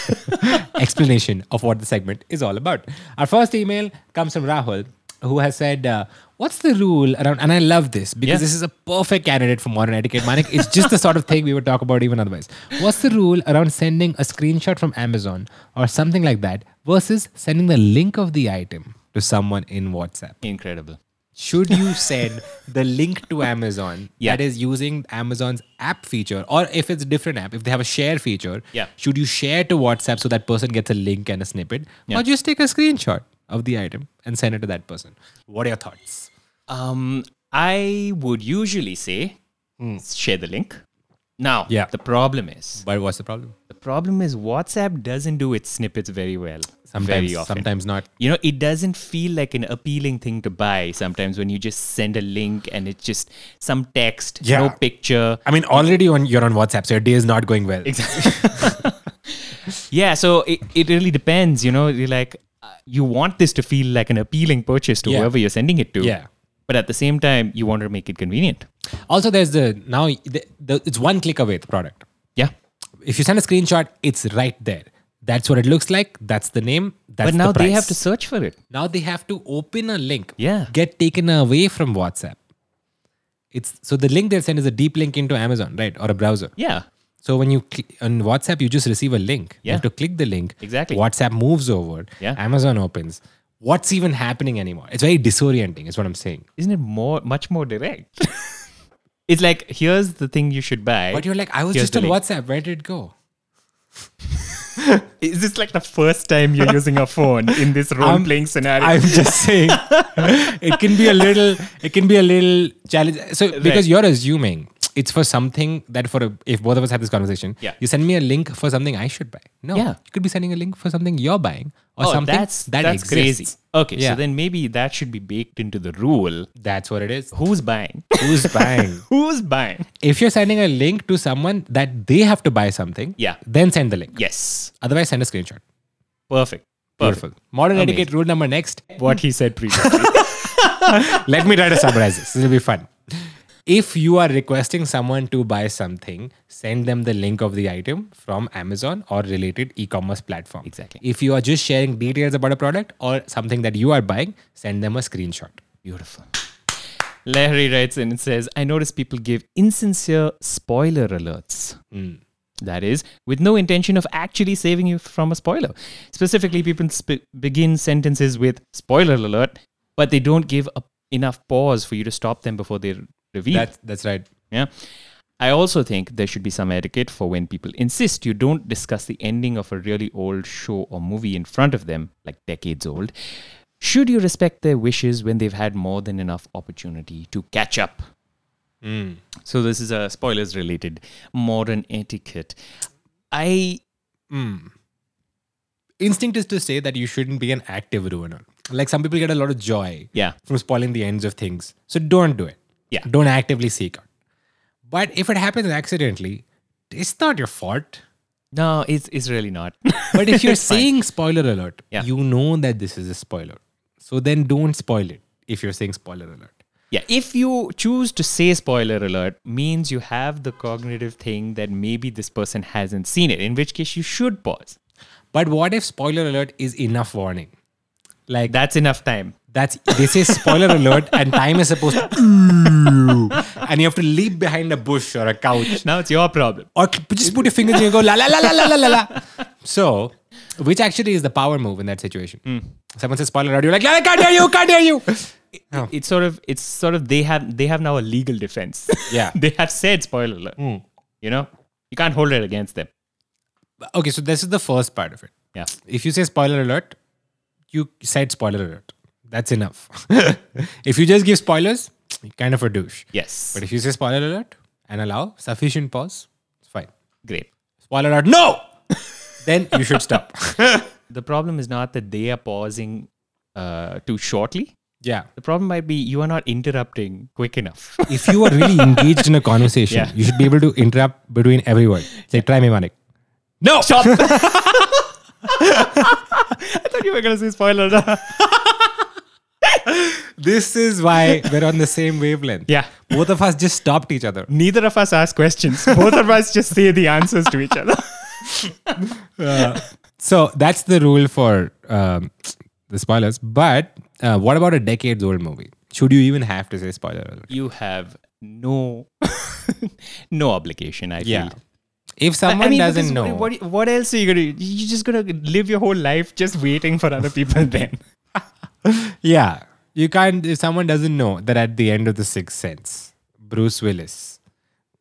explanation of what the segment is all about. Our first email comes from Rahul, who has said, uh, What's the rule around? And I love this because
Yeah.
this is a perfect candidate for modern etiquette, Manik. It's just the sort of thing we would talk about even otherwise. What's the rule around sending a screenshot from Amazon or something like that versus sending the link of the item? to someone in WhatsApp.
Incredible.
Should you send the link to Amazon
Yeah.
that is using Amazon's app feature, or if it's a different app, if they have a share feature,
Yeah.
should you share to WhatsApp so that person gets a link and a snippet, or just take a screenshot of the item and send it to that person? What are your thoughts?
Um, I would usually say share the link. Now,
Hmm. Yeah.
the problem is
But what's the problem?
the problem is WhatsApp doesn't do its snippets very well.
Sometimes,
very often.
sometimes not.
You know, it doesn't feel like an appealing thing to buy sometimes when you just send a link and it's just some text, no
Yeah.
picture.
I mean, already on you're on WhatsApp, so your day is not going well.
Yeah, so it, it really depends. You know, you're like, uh, you want this to feel like an appealing purchase to
Yeah.
whoever you're sending it to.
Yeah.
But at the same time, you want to make it convenient.
Also, there's the now the, the, it's one click away the product.
Yeah.
If you send a screenshot, it's right there. That's what it looks like. That's the name. That's
but now
the
they have to
price.
search for it.
Now they have to open a link.
Yeah.
Get taken away from WhatsApp. It's so the link they send is a deep link into Amazon, right, or a browser.
Yeah.
So when you cl- on WhatsApp, you just receive a link. You
Yeah.
have to click the link.
Exactly.
WhatsApp moves over.
Yeah.
Amazon opens. What's even happening anymore? It's very disorienting. Is what I'm saying.
Isn't it more much more direct? it's like here's the thing you should buy.
But you're like, I was
Here's
just
the
on
link.
WhatsApp. Where did it go?
Is this like the first time you're using a phone in this role
I'm-
playing scenario?
I'm just saying it can be a little it can be a little challenge. So because you're assuming it's for something that for a, if both of us have this conversation,
Yeah.
you send me a link for something I should buy. No,
Yeah. Oh,
you could be sending a link for something you're buying or something
that's
that
that's
exists.
crazy. Okay,
Yeah.
so then maybe that should be baked into the rule.
That's what it is.
Who's buying?
Who's buying?
Who's buying?
if you're sending a link to someone that they have to buy something,
Yeah.
then send the link.
Yes,
Otherwise, send a screenshot.
perfect. Perfect.
Beautiful. Modern
Amazing.
etiquette rule number next.
What he said previously.
Let me try to summarize this. This will be fun. If you are requesting someone to buy something, send them the link of the item from Amazon or related e commerce platform.
Exactly.
If you are just sharing details about a product or something that you are buying, send them a screenshot.
Beautiful. Larry writes in and says, I notice people give insincere spoiler alerts.
Hmm.
That is, with no intention of actually saving you from a spoiler. Specifically, people sp- begin sentences with spoiler alert, but they don't give a- enough pause for you to stop them before they r- reveal.
That's, that's right.
yeah. I also think there should be some etiquette for when people insist you don't discuss the ending of a really old show or movie in front of them, like decades old. Should you respect their wishes when they've had more than enough opportunity to catch up? So, this is a spoilers related modern etiquette. I,
Instinct is to say that you shouldn't be an active ruiner. Like some people get a lot of joy
yeah,
from spoiling the ends of things. So don't do it.
Yeah.
Don't actively seek out. But if it happens accidentally, it's not your fault.
no, it's, it's really not.
But if you're
It's fine.
saying spoiler alert,
Yeah.
you know that this is a spoiler. So then don't spoil it if you're saying spoiler alert.
Yeah, if you choose to say spoiler alert, means you have the cognitive thing that maybe this person hasn't seen it, in which case you should pause.
But what if spoiler alert is enough warning? Like
That's enough time.
that's they say spoiler alert and time is supposed to and you have to leap behind a bush or a couch
Now it's your problem.
or cl- just put your fingers and you go la la la la la la la la. So, which actually is the power move in that situation?
Hmm.
Someone says spoiler alert, you're like, I can't hear you, can't hear you. Oh.
It's sort of it's sort of they have they have now a legal defense.
Yeah.
they have said spoiler alert. You know? You can't hold it against them.
Okay, so this is the first part of it.
Yeah.
if you say spoiler alert, you said spoiler alert. That's enough. if you just give spoilers, you're kind of a douche.
Yes.
But if you say spoiler alert and allow sufficient pause, it's fine.
Great.
Spoiler alert, no! then you should stop.
The problem is not that they are pausing uh, too shortly.
yeah.
The problem might be you are not interrupting quick enough.
If you are really engaged in a conversation,
Yeah.
you should be able to interrupt between every word. Say, try me, Manik.
no! Stop! I thought you were gonna say spoiler alert.
This is why we're on the same wavelength.
Yeah.
Both of us just stopped each other.
Neither of us ask questions. Both of us just say the answers to each other.
So that's the rule for um, the spoilers. But uh, what about a decades old movie? Should you even have to say spoiler alert?
You have no no obligation, I feel.
If someone doesn't
because
know,
What, what else are you gonna? You're just gonna live your whole life just waiting for other people. Then
Yeah. You can't, if someone doesn't know that at the end of The Sixth Sense, Bruce Willis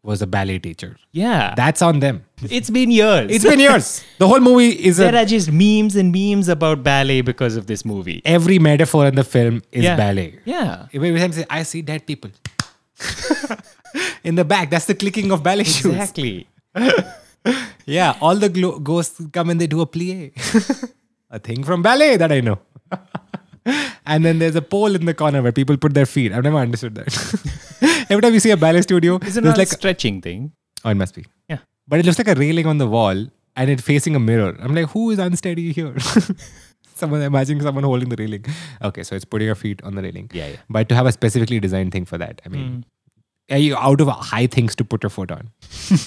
was a ballet teacher,
Yeah.
that's on them.
it's been years.
It's been years. The whole movie is
there
a,
are just memes and memes about ballet because of this movie.
every metaphor in the film is
Yeah.
ballet.
Yeah.
Every time you say, I see dead people in the back, that's the clicking of ballet shoes.
Exactly.
Yeah, all the glo- ghosts come and they do a plie. a thing from ballet that I know. and then there's a pole in the corner where people put their feet. I've never understood that. Every time you see a ballet studio,
Is
there's
it not
like,
a stretching thing?
oh, it must be.
Yeah.
But it looks like a railing on the wall and it facing a mirror. I'm like, who is unsteady here? someone, imagine someone holding the railing. Okay, so it's putting your feet on the railing.
Yeah, yeah.
But to have a specifically designed thing for that, I mean, are you out of high things to put your foot on?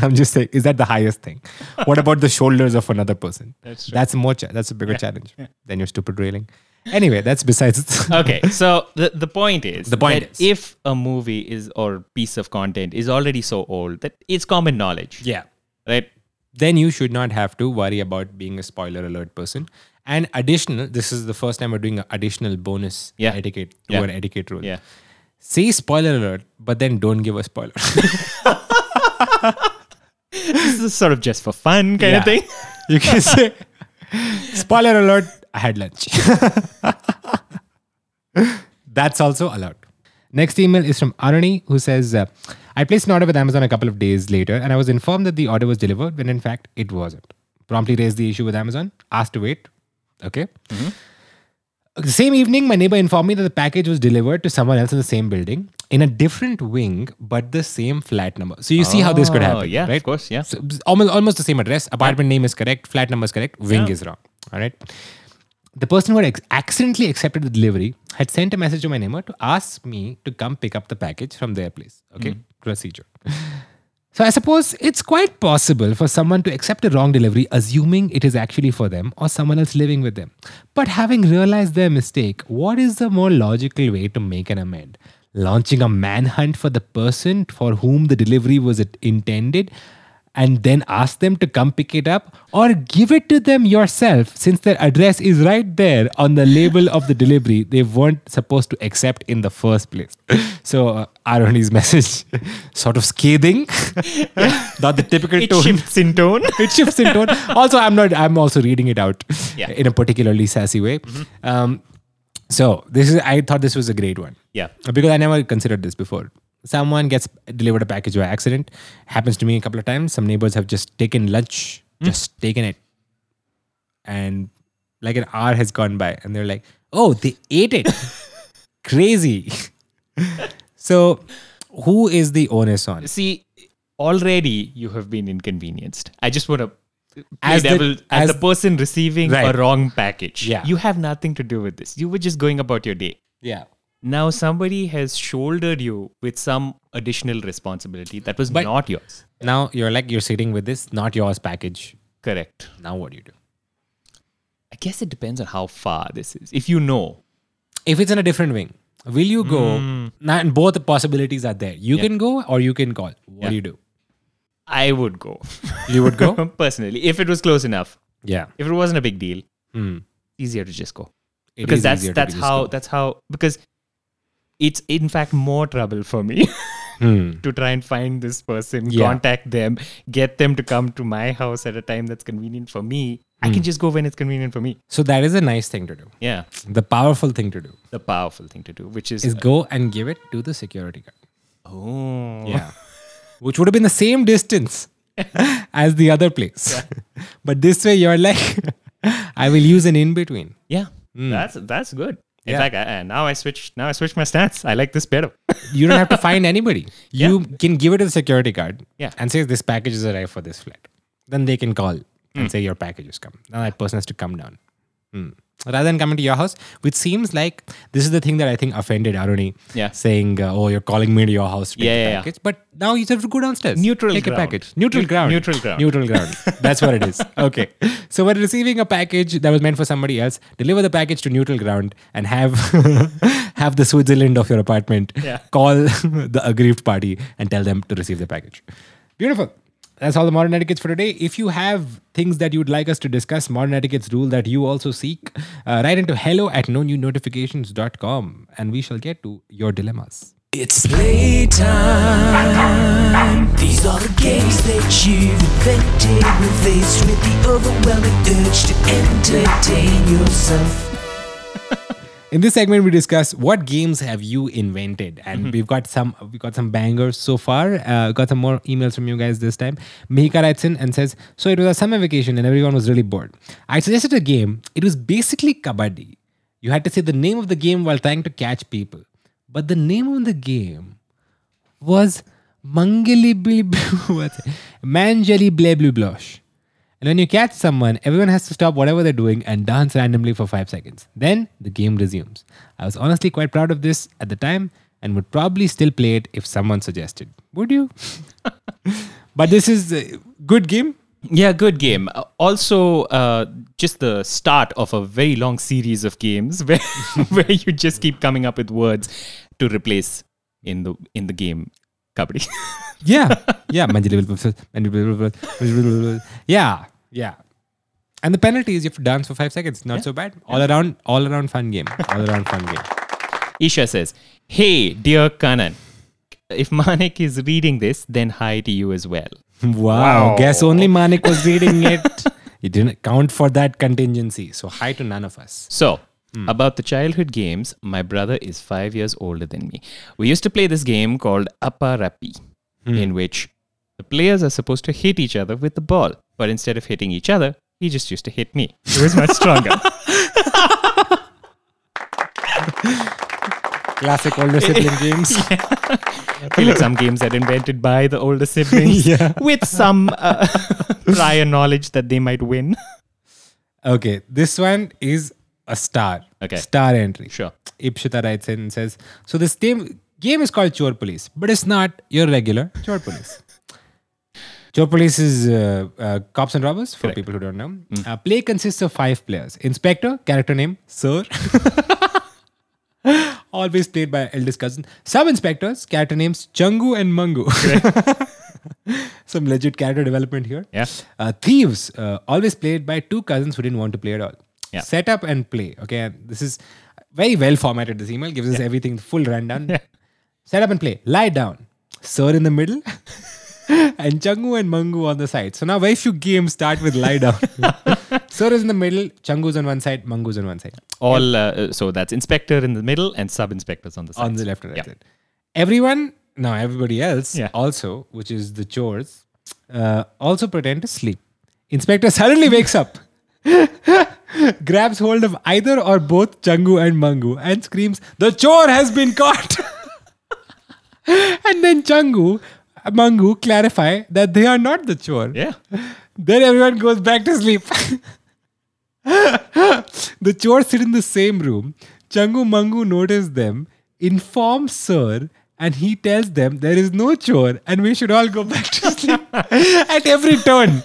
I'm just saying, is that the highest thing? What about the shoulders of another person? That's true. That's more. Cha- that's a bigger challenge than your stupid railing. Anyway, that's besides.
Okay, so the, the point is
The point
that
is-
if a movie is or piece of content is already so old that it's common knowledge,
yeah.
right?
then you should not have to worry about being a spoiler alert person. And additional, this is the first time we're doing an additional bonus
Yeah.
etiquette to
Yeah.
an etiquette rule.
Yeah.
Say spoiler alert, but then don't give a spoiler.
This is sort of just for fun kind
Yeah.
of thing.
you can say spoiler alert, I had lunch. That's also allowed. Next email is from Aruni, who says, uh, I placed an order with Amazon a couple of days later, and I was informed that the order was delivered when in fact it wasn't. Promptly raised the issue with Amazon, asked to wait. Okay. Uh, The same evening, my neighbor informed me that the package was delivered to someone else in the same building in a different wing, but the same flat number. So you see how this could
Oh,
happen.
yeah,
right?
of course, yeah.
So, almost, almost the same address. Apartment name is correct. Flat number is correct. Wing is wrong. All right. The person who had ex- accidentally accepted the delivery had sent a message to my neighbor to ask me to come pick up the package from their place. Okay. Procedure. So I suppose it's quite possible for someone to accept a wrong delivery, assuming it is actually for them or someone else living with them. But having realized their mistake, what is the more logical way to make an amend? Launching a manhunt for the person for whom the delivery was it- intended and then ask them to come pick it up or give it to them yourself since their address is right there on the label of the delivery they weren't supposed to accept in the first place so uh, irony's message sort of scathing not the typical
It
tone
shifts in tone.
it shifts in tone also i'm not i'm also reading it out
Yeah. Mm-hmm.
in a particularly sassy way um, so this is i thought this was a great one
yeah.
because I never considered this before. Someone gets delivered a package by accident. Happens to me a couple of times. Some neighbors have just taken lunch,
Hmm.
just taken it, and like an hour has gone by, and they're like, "Oh, they ate it! Crazy." so, who is the onus on?
See, already you have been inconvenienced. I just want to play
As the-
devil as,
as-
the person receiving
Right.
a wrong package.
Yeah.
You have nothing to do with this. You were just going about your day.
Yeah,
Now somebody has shouldered you with some additional responsibility that was
But-
not yours.
now you're like you're sitting with this not yours package.
Correct.
Now what do you do?
I guess it depends on how far this is. If you know,
If it's in a different wing, will you go?
Hmm.
Now, and both the possibilities are there. You can go or you can call. What do you do?
I would go.
You would go.
Personally, if it was close enough,
Yeah.
if it wasn't a big deal,
Hmm.
easier to just go.
It
because
is
that's
easier to
that's
be
how
discovered.
that's how because it's in fact more trouble for me
Hmm.
to try and find this person,
Yeah.
contact them, get them to come to my house at a time that's convenient for me. I
Hmm.
can just go when it's convenient for me.
So that is a nice thing to do.
Yeah,
The powerful thing to do
the powerful thing to do, which is,
is go and give it to the security guard.
oh
Yeah. Which would have been the same distance as the other place. but this way you're like, I will use an in between.
yeah, that's that's good.
Hmm.
In
Yeah.
fact, I, I- now I switch now I switch my stance. I like this better.
You don't have to find anybody. You can give it to the security guard
Yeah.
and say this package is arrived for this flat. Then they can call
Hmm.
and say your package has come. Now that person has to come down. Hmm. Rather than coming to your house, which seems like this is the thing that I think offended Aruni.
Yeah.
Saying, uh, oh, you're calling me to your house to take
Yeah,
the
yeah, yeah.
package. But now you have to go downstairs.
Neutral
Take
ground.
a package. Neutral
Neut-
ground.
neutral ground.
Neutral ground. That's what it is. Okay. So when receiving a package that was meant for somebody else, deliver the package to neutral ground and have have the Switzerland of your apartment
Yeah.
call the aggrieved party and tell them to receive the package. Beautiful. That's all the modern etiquettes for today. If you have things that you'd like us to discuss, modern etiquettes rule that you also seek, uh, write into hello at no new notifications.com and we shall get to your dilemmas.
It's playtime. These are the games that you've invented. When faced with the overwhelming urge to entertain yourself.
In this segment, we discuss what games have you invented, and we've got some we got some bangers so far. Uh, got some more emails from you guys this time. Mihika writes in and says, "So it was a summer vacation, and everyone was really bored. I suggested a game. It was basically kabaddi. You had to say the name of the game while trying to catch people, but the name of the game was Mangeli Mangeli Bleblu Blosh." And when you catch someone, everyone has to stop whatever they're doing and dance randomly for five seconds. Then the game resumes. I was honestly quite proud of this at the time and would probably still play it if someone suggested. Would you? but this is a good game.
Yeah, good game. Uh, Also, uh, just the start of a very long series of games where where you just keep coming up with words to replace in the in the game kabaddi.
Yeah. Yeah. Manjali will- Manjali will- yeah. Yeah. And the penalty is you have to dance for five seconds. Not so bad. All around, all around fun game. All around fun game.
Isha says, "Hey, dear Kanan, if Manik is reading this, then hi to you as well."
Wow. Guess only Manik was reading it. He didn't count for that contingency. So hi to none of us.
So,
Hmm.
about the childhood games, my brother is five years older than me. We used to play this game called Appa Rappi,
Hmm.
in which the players are supposed to hit each other with the ball. But instead of hitting each other, he just used to hit me. It was much stronger.
Classic older sibling games.
I feel like some games are invented by the older siblings
Yeah.
with some uh, prior knowledge that they might win.
Okay, this one is a star.
Okay.
Star entry.
Sure.
Ipshita writes in and says, So this game, game is called Chore Police, but it's not your regular Chore Police. Chore Police is uh, uh, cops and robbers, for people who don't know. Uh, play consists of five players Inspector, character name, Sir. Always played by eldest cousin. Sub inspectors, character names Changu and Mangu. Some legit character development here.
Yeah.
Uh, thieves, uh, always played by two cousins who didn't want to play at all.
Yeah.
Set up and play. Okay. And this is very well formatted. This email gives us everything, the full rundown. Set up and play. Lie down. Sir in the middle. and Changu and Mangu on the side. So now very few games start with lie down. Sir is in the middle. Changu's on one side. Mangu's on one side.
All uh, so that's inspector in the middle and sub inspectors on the side.
on the left and right
Yeah.
side. Everyone, no, everybody else
Yeah.
also, which is the chores, uh, also pretend to sleep. Inspector suddenly wakes up, grabs hold of either or both Changu and Mangu, and screams, The chore has been caught! and then Changu, Mangu clarify that they are not the chore.
Yeah.
Then everyone goes back to sleep. the chores sit in the same room. Changu Mangu notice them, informs Sir, and he tells them there is no chore and we should all go back to sleep. At every turn,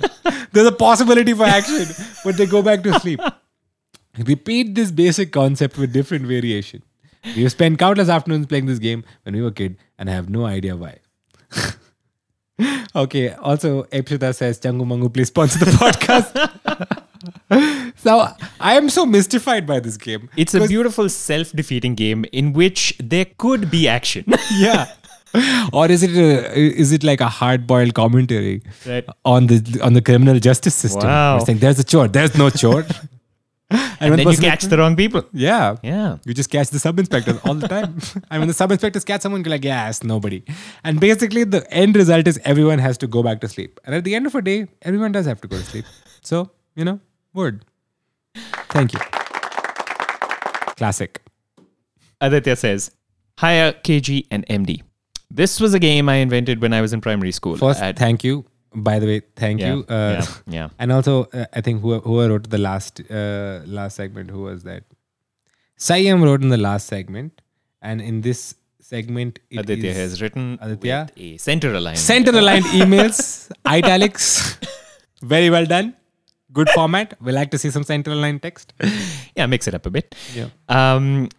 there's a possibility for action, but they go back to sleep. Repeat this basic concept with different variation. We've spent countless afternoons playing this game when we were kid, and I have no idea why. Okay. Also, Epshita says, Changu Mangu, please sponsor the podcast. so I am so mystified by this game.
It's a
'Cause-
beautiful self-defeating game in which there could be action.
yeah. Or is it a, is it like a hard boiled commentary
Right.
on the on the criminal justice system?
Wow.
It's like there's a chore, there's no chore. and when
then you
person-
catch the wrong people.
yeah.
Yeah.
You just catch the sub inspectors all the time. and when the sub inspectors catch someone, you're like, yeah, it's nobody. And basically, the end result is everyone has to go back to sleep. And at the end of a day, everyone does have to go to sleep. So, you know, word. Thank you. Classic.
Aditya says, Hiya KG and MD. This was a game I invented when I was in primary school.
First,
At-
thank you. By the way, thank
Yeah,
you. Uh,
yeah, yeah.
And also, uh, I think who who wrote the last uh, last segment? Who was that? Sayam wrote in the last segment, and in this segment, it
Aditya
is-
has written
Aditya?
with a center aligned.
center aligned emails, italics. Very well done. Good format. We like to see some center aligned text.
yeah, mix it up a bit.
Yeah.
Um,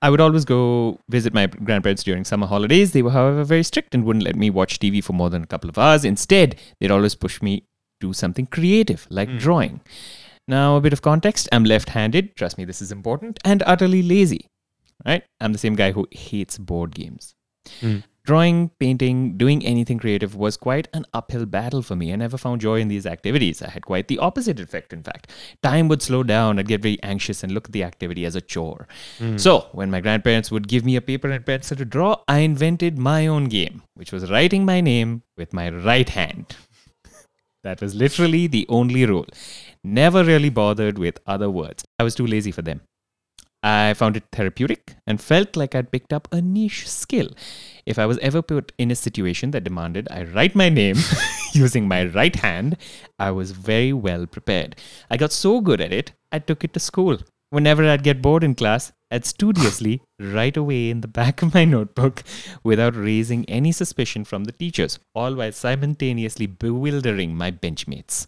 I would always go visit my grandparents during summer holidays. They were, however, very strict and wouldn't let me watch TV for more than a couple of hours. Instead, they'd always push me to something creative, like drawing. Now, a bit of context I'm left handed, trust me, this is important, and utterly lazy, right? I'm the same guy who hates board games. Drawing, painting, doing anything creative was quite an uphill battle for me. I never found joy in these activities. I had quite the opposite effect, in fact. Time would slow down, I'd get very anxious and look at the activity as a chore. So, when my grandparents would give me a paper and pencil to draw, I invented my own game, which was writing my name with my right hand. That was literally the only rule. Never really bothered with other words. I was too lazy for them. I found it therapeutic and felt like I'd picked up a niche skill. If I was ever put in a situation that demanded I write my name using my right hand, I was very well prepared. I got so good at it, I took it to school. Whenever I'd get bored in class, I'd studiously write away in the back of my notebook without raising any suspicion from the teachers, all while simultaneously bewildering my benchmates.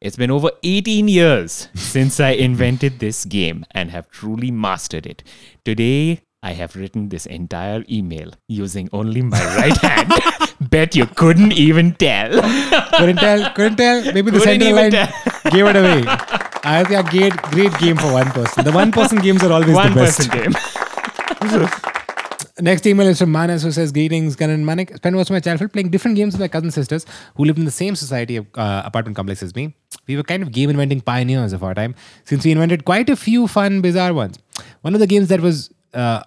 It's been over 18 years since I invented this game and have truly mastered it. Today, I have written this entire email using only my right hand. Bet you couldn't even tell.
couldn't tell, couldn't tell. Maybe the
Couldn't
center
even
line
tell.
gave it away. I think a great, great game for one person. The one person games are always
One
the best.
person game.
Next email is from Manas who says, Greetings, Karan and Manik. Spent most of my childhood playing different games with my cousin sisters who lived in the same society of uh, apartment complex as me. We were kind of game inventing pioneers of our time since we invented quite a few fun, bizarre ones. One of the games that was uh,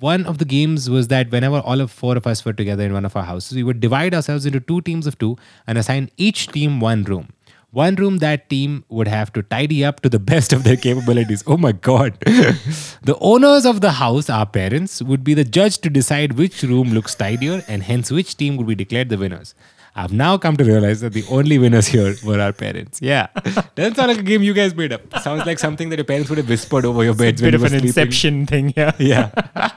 one of the games was that whenever all of four of us were together in one of our houses, we would divide ourselves into two teams of two and assign each team one room. One room that team would have to tidy up to the best of their capabilities. Oh my God. the owners of the house, our parents, would be the judge to decide which room looks tidier and hence which team would be declared the winners. I've now come to realize that the only winners here were our parents. Yeah. Doesn't sound like a game you guys made up. Sounds like something that your parents would have whispered over your beds when
Bit
you
of
were
an
sleeping.
inception thing, yeah.
Yeah.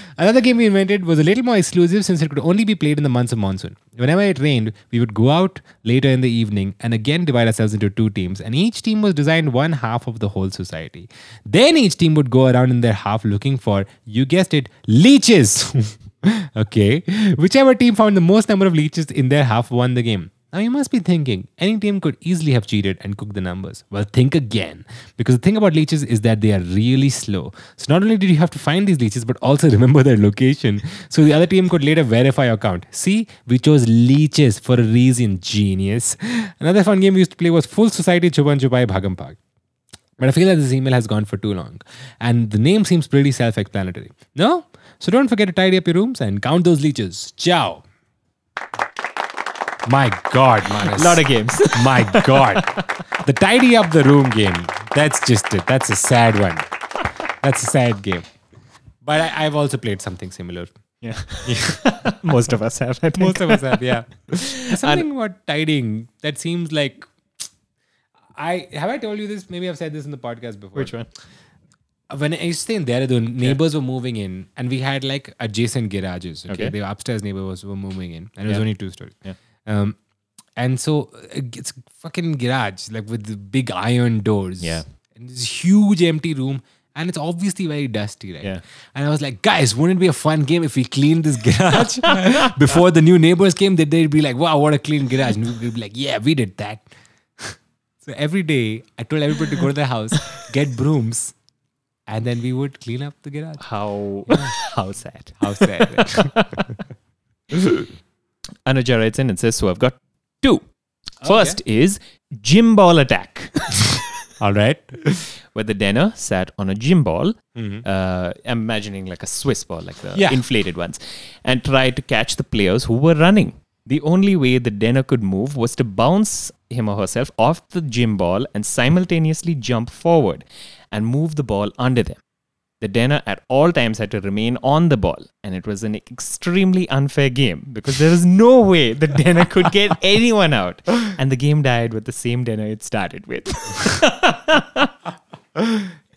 Another game we invented was a little more exclusive since it could only be played in the months of monsoon. Whenever it rained, we would go out later in the evening and again divide ourselves into two teams, and each team was designed one half of the whole society. Then each team would go around in their half looking for, you guessed it, leeches. okay. Whichever team found the most number of leeches in their half won the game. Now you must be thinking, any team could easily have cheated and cooked the numbers. Well, think again. Because the thing about leeches is that they are really slow. So not only did you have to find these leeches, but also remember their location. So the other team could later verify your count. See, we chose leeches for a reason, genius. Another fun game we used to play was Full Society Chupan Chupai Bhagam Bhag. But I feel that this email has gone for too long. And the name seems pretty self explanatory. No? So don't forget to tidy up your rooms and count those leeches. Ciao. My God, Manas.
A lot of games.
My God. The tidy up the room game. That's just it. That's a sad one. That's a sad game. But I, I've also played something similar.
Yeah. Most of us have, I think.
Most of us have, yeah. There's something about tidying that seems like I have I told you this? Maybe I've said this in the podcast before.
Which one?
when I used to stay in Dehradun, neighbors were moving in, and we had like adjacent garages. Okay,
Okay.
the upstairs neighbors were moving in, and it was
Yeah.
only two stories.
Yeah.
Um, and so uh, it's a fucking garage like with the big iron doors.
Yeah.
and this huge empty room, and it's obviously very dusty, right?
Yeah.
And I was like, guys, wouldn't it be a fun game if we cleaned this garage before the new neighbors came? That they'd be like, wow, what a clean garage, and we'd be like, yeah, we did that. So every day, I told everybody to go to their house, get brooms, and then we would clean up the garage.
How how sad.
How sad. right?
Anuja writes in and says, So I've got two. First is gym ball attack,
All right.
where the dinner sat on a gym ball. Uh, I'm imagining like a Swiss ball, like the
Yeah.
inflated ones, and tried to catch the players who were running. The only way the dinner could move was to bounce him or herself off the gym ball and simultaneously jump forward and move the ball under them. The Denner at all times had to remain on the ball, and it was an extremely unfair game because there was no way the Denner could get anyone out, and the game died with the same Denner it started with.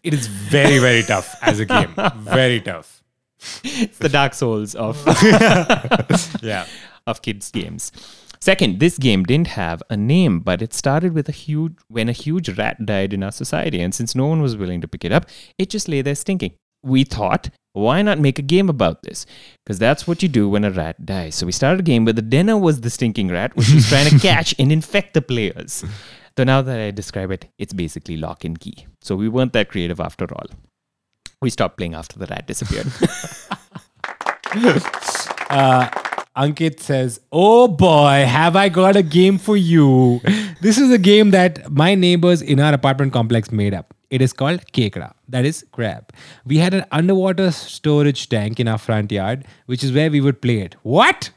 It is very, very tough as a game. Very tough.
it's the Dark Souls of
Yeah.
of kids games. Second, this game didn't have a name, but it started with a huge when a huge rat died in our society, and since no one was willing to pick it up, it just lay there stinking. we thought, why not make a game about this? Because that's what you do when a rat dies. So we started a game where the dinner was the stinking rat, which was trying to catch and infect the players. So now that I describe it, it's basically lock and key. So we weren't that creative after all. We stopped playing after the rat disappeared.
Uh, Ankit says, Oh boy, have I got a game for you. This is a game that my neighbors in our apartment complex made up. It is called Kekra, that is crab. We had an underwater storage tank in our front yard, which is where we would play it. What?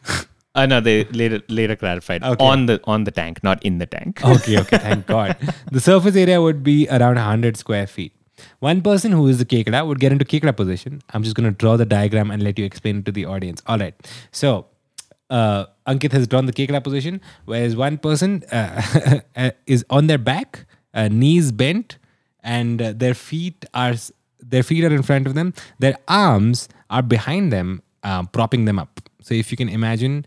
uh, no, they later later clarified
Okay.
on the on the tank, not in the tank.
okay, okay, thank God. The surface area would be around 100 square feet. One person who is the Kekra would get into Kekra position. I'm just going to draw the diagram and let you explain it to the audience. All right. So, uh, Ankit has drawn the Kekra position, whereas one person uh, is on their back, uh, knees bent, and uh, their feet are s- their feet are in front of them. Their arms are behind them, um, propping them up. So, if you can imagine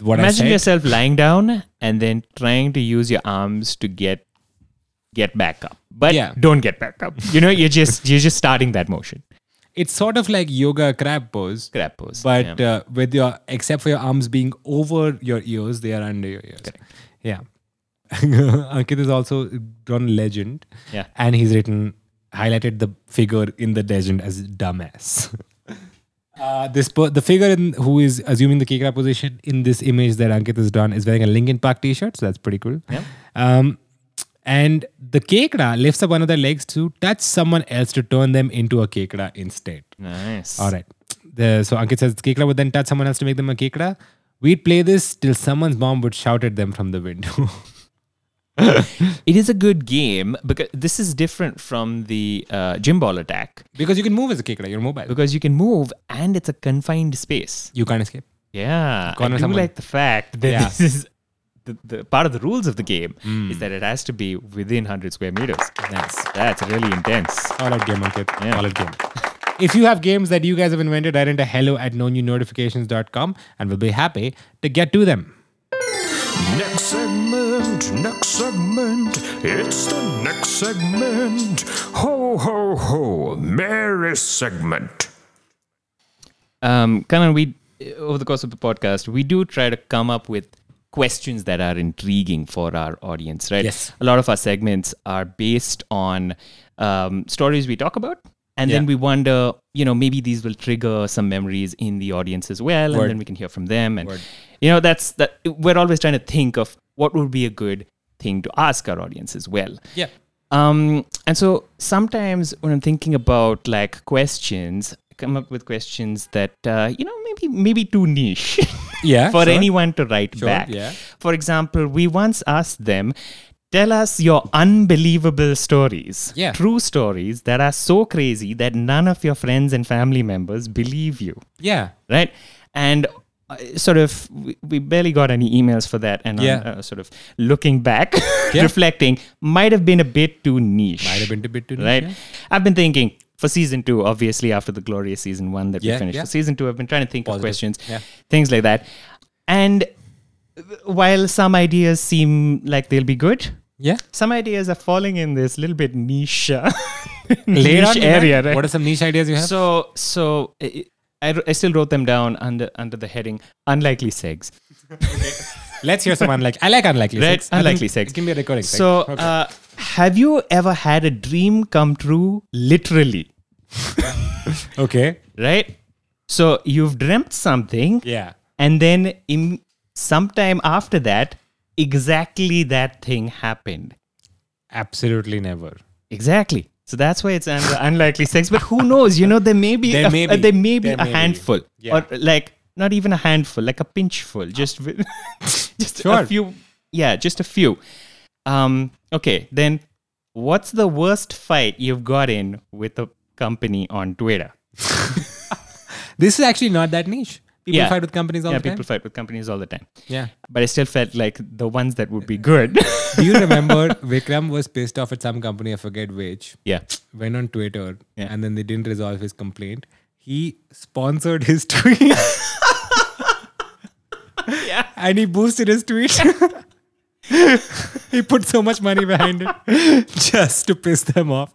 what I
Imagine
said.
yourself lying down and then trying to use your arms to get get back up. But
Yeah.
don't get back up. You know, you're just you're just starting that motion.
it's sort of like yoga crab pose.
Crab pose,
But
yeah.
uh, with your except for your arms being over your ears, they are under your ears. Yeah. Ankit has also drawn a legend.
Yeah.
And he's written highlighted the figure in the legend as dumbass. Uh, this per- the figure in, who is assuming the Kekra position in this image that Ankit has done is wearing a Linkin Park T-shirt, so that's pretty cool.
Yeah.
Um, and the Kekra lifts up one of their legs to touch someone else to turn them into a Kekra instead.
Nice.
All right. The, so Ankit says Kekra would then touch someone else to make them a Kekra. We'd play this till someone's mom would shout at them from the window.
It is a good game because this is different from the uh, gym ball attack
because you can move as a Kekra, you're mobile.
because you can move and it's a confined space.
You can't escape.
Yeah, I
Corner
do
someone.
like the fact that
Yeah.
this is the, the part of the rules of the game is that it has to be within 100 square meters.
Nice.
That's really intense.
All out game, Ankit.
Yeah.
All out game. If you have games that you guys have invented, write into hello at knownnewnotifications.com and we'll be happy to get to them.
Next segment, next segment, it's the next segment. Ho, ho, ho, merry segment.
um, Kanan, we over the course of the podcast, we do try to come up with questions that are intriguing for our audience, right?
Yes.
A lot of our segments are based on um, stories we talk about. And then
Yeah.
we wonder, you know, maybe these will trigger some memories in the audience as well,
Word.
and then we can hear from them. And
Word.
you know, that's that. We're always trying to think of what would be a good thing to ask our audience as well.
Yeah.
Um, and so sometimes when I'm thinking about like questions, I come up with questions that uh, you know maybe maybe too niche
Yeah.
for
sure.
anyone to write
Sure,
back.
yeah.
For example, we once asked them, "Tell us your unbelievable stories,
Yeah.
true stories that are so crazy that none of your friends and family members believe you."
Yeah.
right? And uh, sort of, we, we barely got any emails for that. And I'm,
Yeah.
uh, sort of looking back,
Yeah.
reflecting, might have been a bit too niche.
Might have been a bit too niche,
Right?
yeah.
I've been thinking for season two, obviously, after the glorious season one that
Yeah,
we finished.
yeah.
For season two, I've been trying to think
Positive,
of questions,
yeah.
things like that. And while some ideas seem like they'll be good,
Yeah.
some ideas are falling in this little bit niche, uh,
Later
niche
on,
area,
Ivan,
right?
What are some niche ideas you have?
So so I, I I still wrote them down under under the heading unlikely segs.
Let's hear some unlikely. I like unlikely
Right?
sex. I think
Unlikely segs.
It can be a recurring thing.
So
Okay.
uh, have you ever had a dream come true literally? uh,
okay.
Right? So you've dreamt something
Yeah.
and then in sometime after that exactly that thing happened.
Absolutely never.
Exactly. So that's why it's under unlikely sex. But who knows? You know, there may be
There
a,
may
uh,
be.
there may be
There
a
may be.
handful,
Yeah. Ah.
or like not even a handful, like a pinchful, just with- just
Sure.
a few. Yeah, just a few. Um. Okay. Then, what's the worst fight you've got in with a company on Twitter?
This is actually not that niche. People
Yeah.
fight with companies all
yeah,
the time.
people fight with companies all the time.
yeah.
But I still felt like the ones that would be good.
Do you remember Vikram was pissed off at some company, I forget which,
yeah.
went on Twitter
Yeah.
and then they didn't resolve his complaint. He sponsored his tweet. yeah. And he boosted his tweet. he put so much money behind it just to piss them off.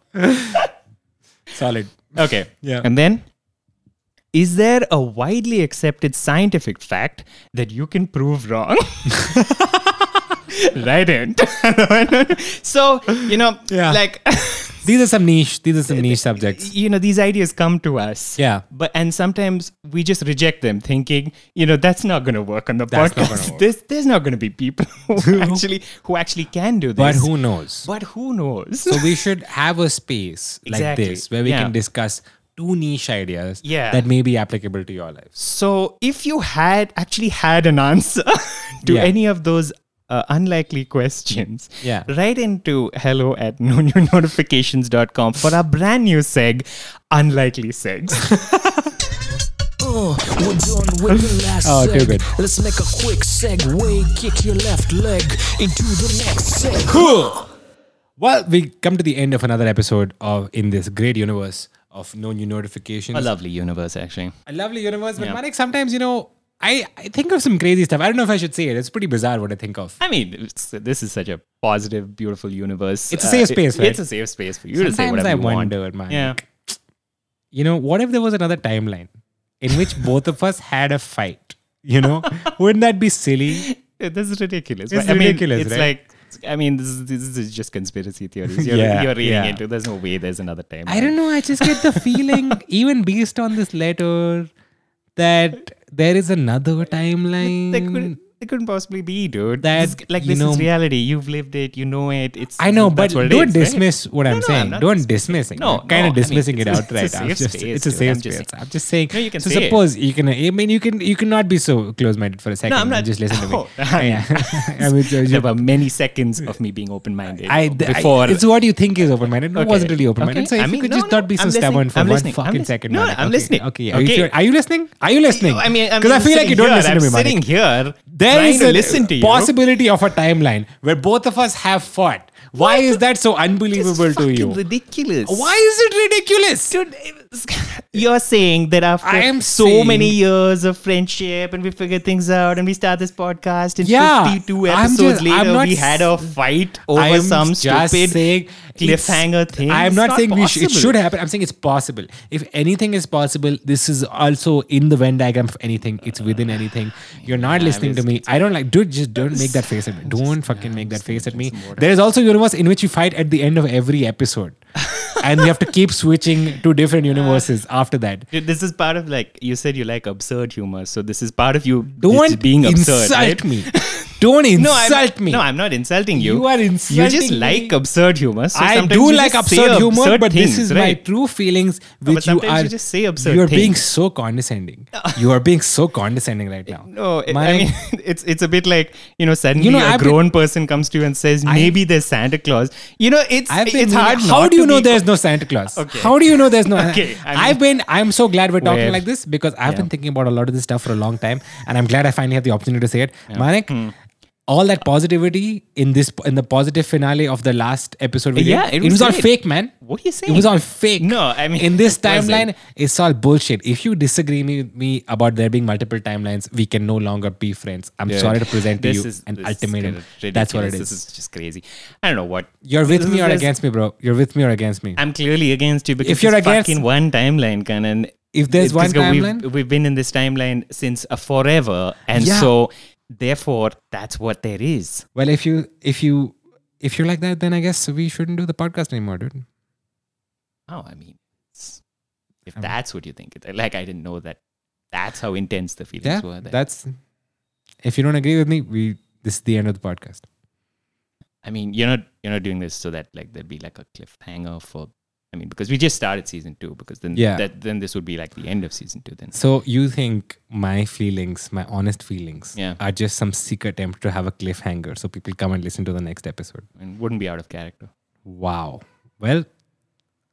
Solid.
Okay.
Yeah.
And then, is there a widely accepted scientific fact that you can prove wrong? Right in. so, you know,
Yeah.
like,
These are some niche. These are some niche subjects.
you know, these ideas come to us.
Yeah.
But, and sometimes we just reject them thinking, you know, that's not going to work on the
That's not gonna
podcast.
work.
There's, there's not going to be people who actually, who actually can do this.
But who knows?
But who knows?
So we should have a space like
Exactly.
this where we
Yeah.
can discuss two niche ideas
Yeah.
that may be applicable to your lives.
So, if you had actually had an answer to
Yeah.
any of those uh, unlikely questions,
Yeah.
write into hello at notifications.com for our brand new seg, Unlikely Segs.
We're done with the last
Oh,
seg.
too good.
Let's make a quick segue. Kick your left leg into the next seg.
Well, we come to the end of another episode of in this great universe of no new notifications.
A lovely universe, actually.
a lovely universe, but Manik, sometimes you know, I, I think of some crazy stuff. I don't know if I should say it. It's pretty bizarre what I think of.
I mean, it's, this is such a positive, beautiful universe. Uh,
It's a safe space, right?
It's a safe space for you to say
Sometimes
whatever
I
you want.
wonder, man.
Yeah.
You know, what if there was another timeline in which both of us had a fight? You know, wouldn't that be silly?
This is ridiculous.
It's
but, I mean,
ridiculous,
it's
right?
like. I mean, this is, this is just conspiracy theories. You're,
Yeah,
you're reading
yeah.
into. There's no way there's another time.
I don't know. I just get the feeling, even based on this letter, that there is another timeline.
They couldn't. They couldn't possibly be, dude.
That,
This- like
you
this
know-
is reality. You've lived it. You know it. It's.
I know, but
that's what it
don't
is, right?
dismiss what I'm
No, no,
saying.
I'm not
don't
dismissing.
dismiss it.
No,
I'm kind
no, I
of
mean,
dismissing
it's-
it
it's a
outright. I'm
safe
just-
space,
It's a
dude.
safe
I'm just
space.
saying.
I'm just saying.
No, you can
so
say it.
suppose you can. I mean, you can. You cannot be so close-minded for a second.
No, I'm not.
and Just listen to me.
Oh,
Yeah. I mean, so
there
you-
were many seconds of me being open-minded
I, I-
before.
it's what you think is open-minded. No, It
Okay.
wasn't really open-minded.
Okay.
So if
I
you
mean,
could
no,
just
no,
not be so
I'm listening.
stubborn for
I'm
one
listening. I'm
fucking
listening.
second.
No, no,
Manik.
I'm
Okay,
listening.
Okay, Are,
Okay.
You, are you listening? Are you listening?
I mean, I'm
because I feel like
sitting
you don't
here,
listen
I'm
to me, Manik.
sitting here.
There
trying
is
to
a
listen to you.
possibility of a timeline where both of us have fought. Why is that so
It's
unbelievable to
fucking
you?
Ridiculous.
Why is it ridiculous?
Dude, it's- you're saying that after
I am
so
saying-
many years of friendship and we figured things out and we start this podcast and
Yeah,
52
I'm
episodes
just- I'm
later
not
we had a fight over
I'm
some
just
stupid
saying it's-
cliffhanger thing.
I am
It's
not, saying we sh- it
possible.
should happen. I'm saying it's possible. If anything is possible, this is also in the Venn diagram of anything. It's within anything. You're not listening to me. I don't like, dude. Just don't make that face at me. Don't fucking make that face at me. There is also universe in which you fight at the end of every episode, and you have to keep switching to different universes after that.
Dude, This is part of like you said you like absurd humor, so this is part of you
Don't
just being absurd.
insult
right?
me. Don't
No, I'm-
insult me.
No, I'm not insulting you.
You are
You
insulting
just
me.
like absurd humor. So
I
sometimes
do
you
like
just say
absurd humor,
absurd
but
things,
this is my
right?
true feelings,
but
which you
sometimes
are.
you just say absurd
You are being
things.
so condescending. you are being so condescending right now.
No, it, I
Manik,
mean it's it's a bit like you know suddenly
You know,
a
I've been-
grown person comes to you and says maybe there's Santa Claus. You know it's
I've been
it's hard.
meaning- How
not
do you
to
know
be-
there's no Santa Claus?
Okay.
How do you know there's no?
Okay, I mean-
I've been. I'm so glad we're talking
Where-
like this because I've been thinking about a lot of this stuff for a long time, and I'm glad I finally have the opportunity to say it, Manik.
Hmm.
All that positivity in this in the positive finale of the last episode. We did,
Yeah, it was
all
great.
fake, man.
What are you saying?
It was all fake.
No, I mean,
in this
it wasn't.
timeline, it's all bullshit. If you disagree me- with me about there being multiple timelines, we can no longer be friends. I'm sorry to present to
This
you
is-
an
this is
ultimatum.
kinda
That's what it
ridiculous.
is.
This is just crazy. I don't know what
You're with
this
me
is-
or
this-
against me, bro. You're with me or against me.
I'm clearly against you because
If you're
it's
against-
fucking one timeline, Kanan.
If there's
It's
one
because we've-
timeline-
we've, been in this timeline since uh, forever, and
Yeah.
so therefore that's what there is.
Well, if you if you if you're like that, then I guess we shouldn't do the podcast anymore, dude.
Oh, I mean, it's- if that's what you think, it- like I didn't know that. That's how intense the feelings
Yeah,
were. then.
that's. If you don't agree with me, we this is the end of the podcast.
I mean, you're not you're not doing this so that like there'd be like a cliffhanger for. I mean, because we just started season two, because then
Yeah.
that, then this would be like the end of season two. Then
So you think my feelings, my honest feelings,
Yeah.
are just some sick attempt to have a cliffhanger so people come and listen to the next episode?
and wouldn't be out of character.
Wow. Well,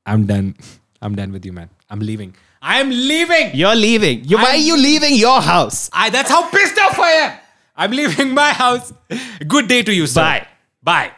I'm done. I'm done with you, man. I'm leaving. I'm leaving.
You're leaving. You, why are
I'm-
you leaving your house?
I. That's how pissed off I am. I'm leaving my house. Good day to you, sir.
Bye.
Bye.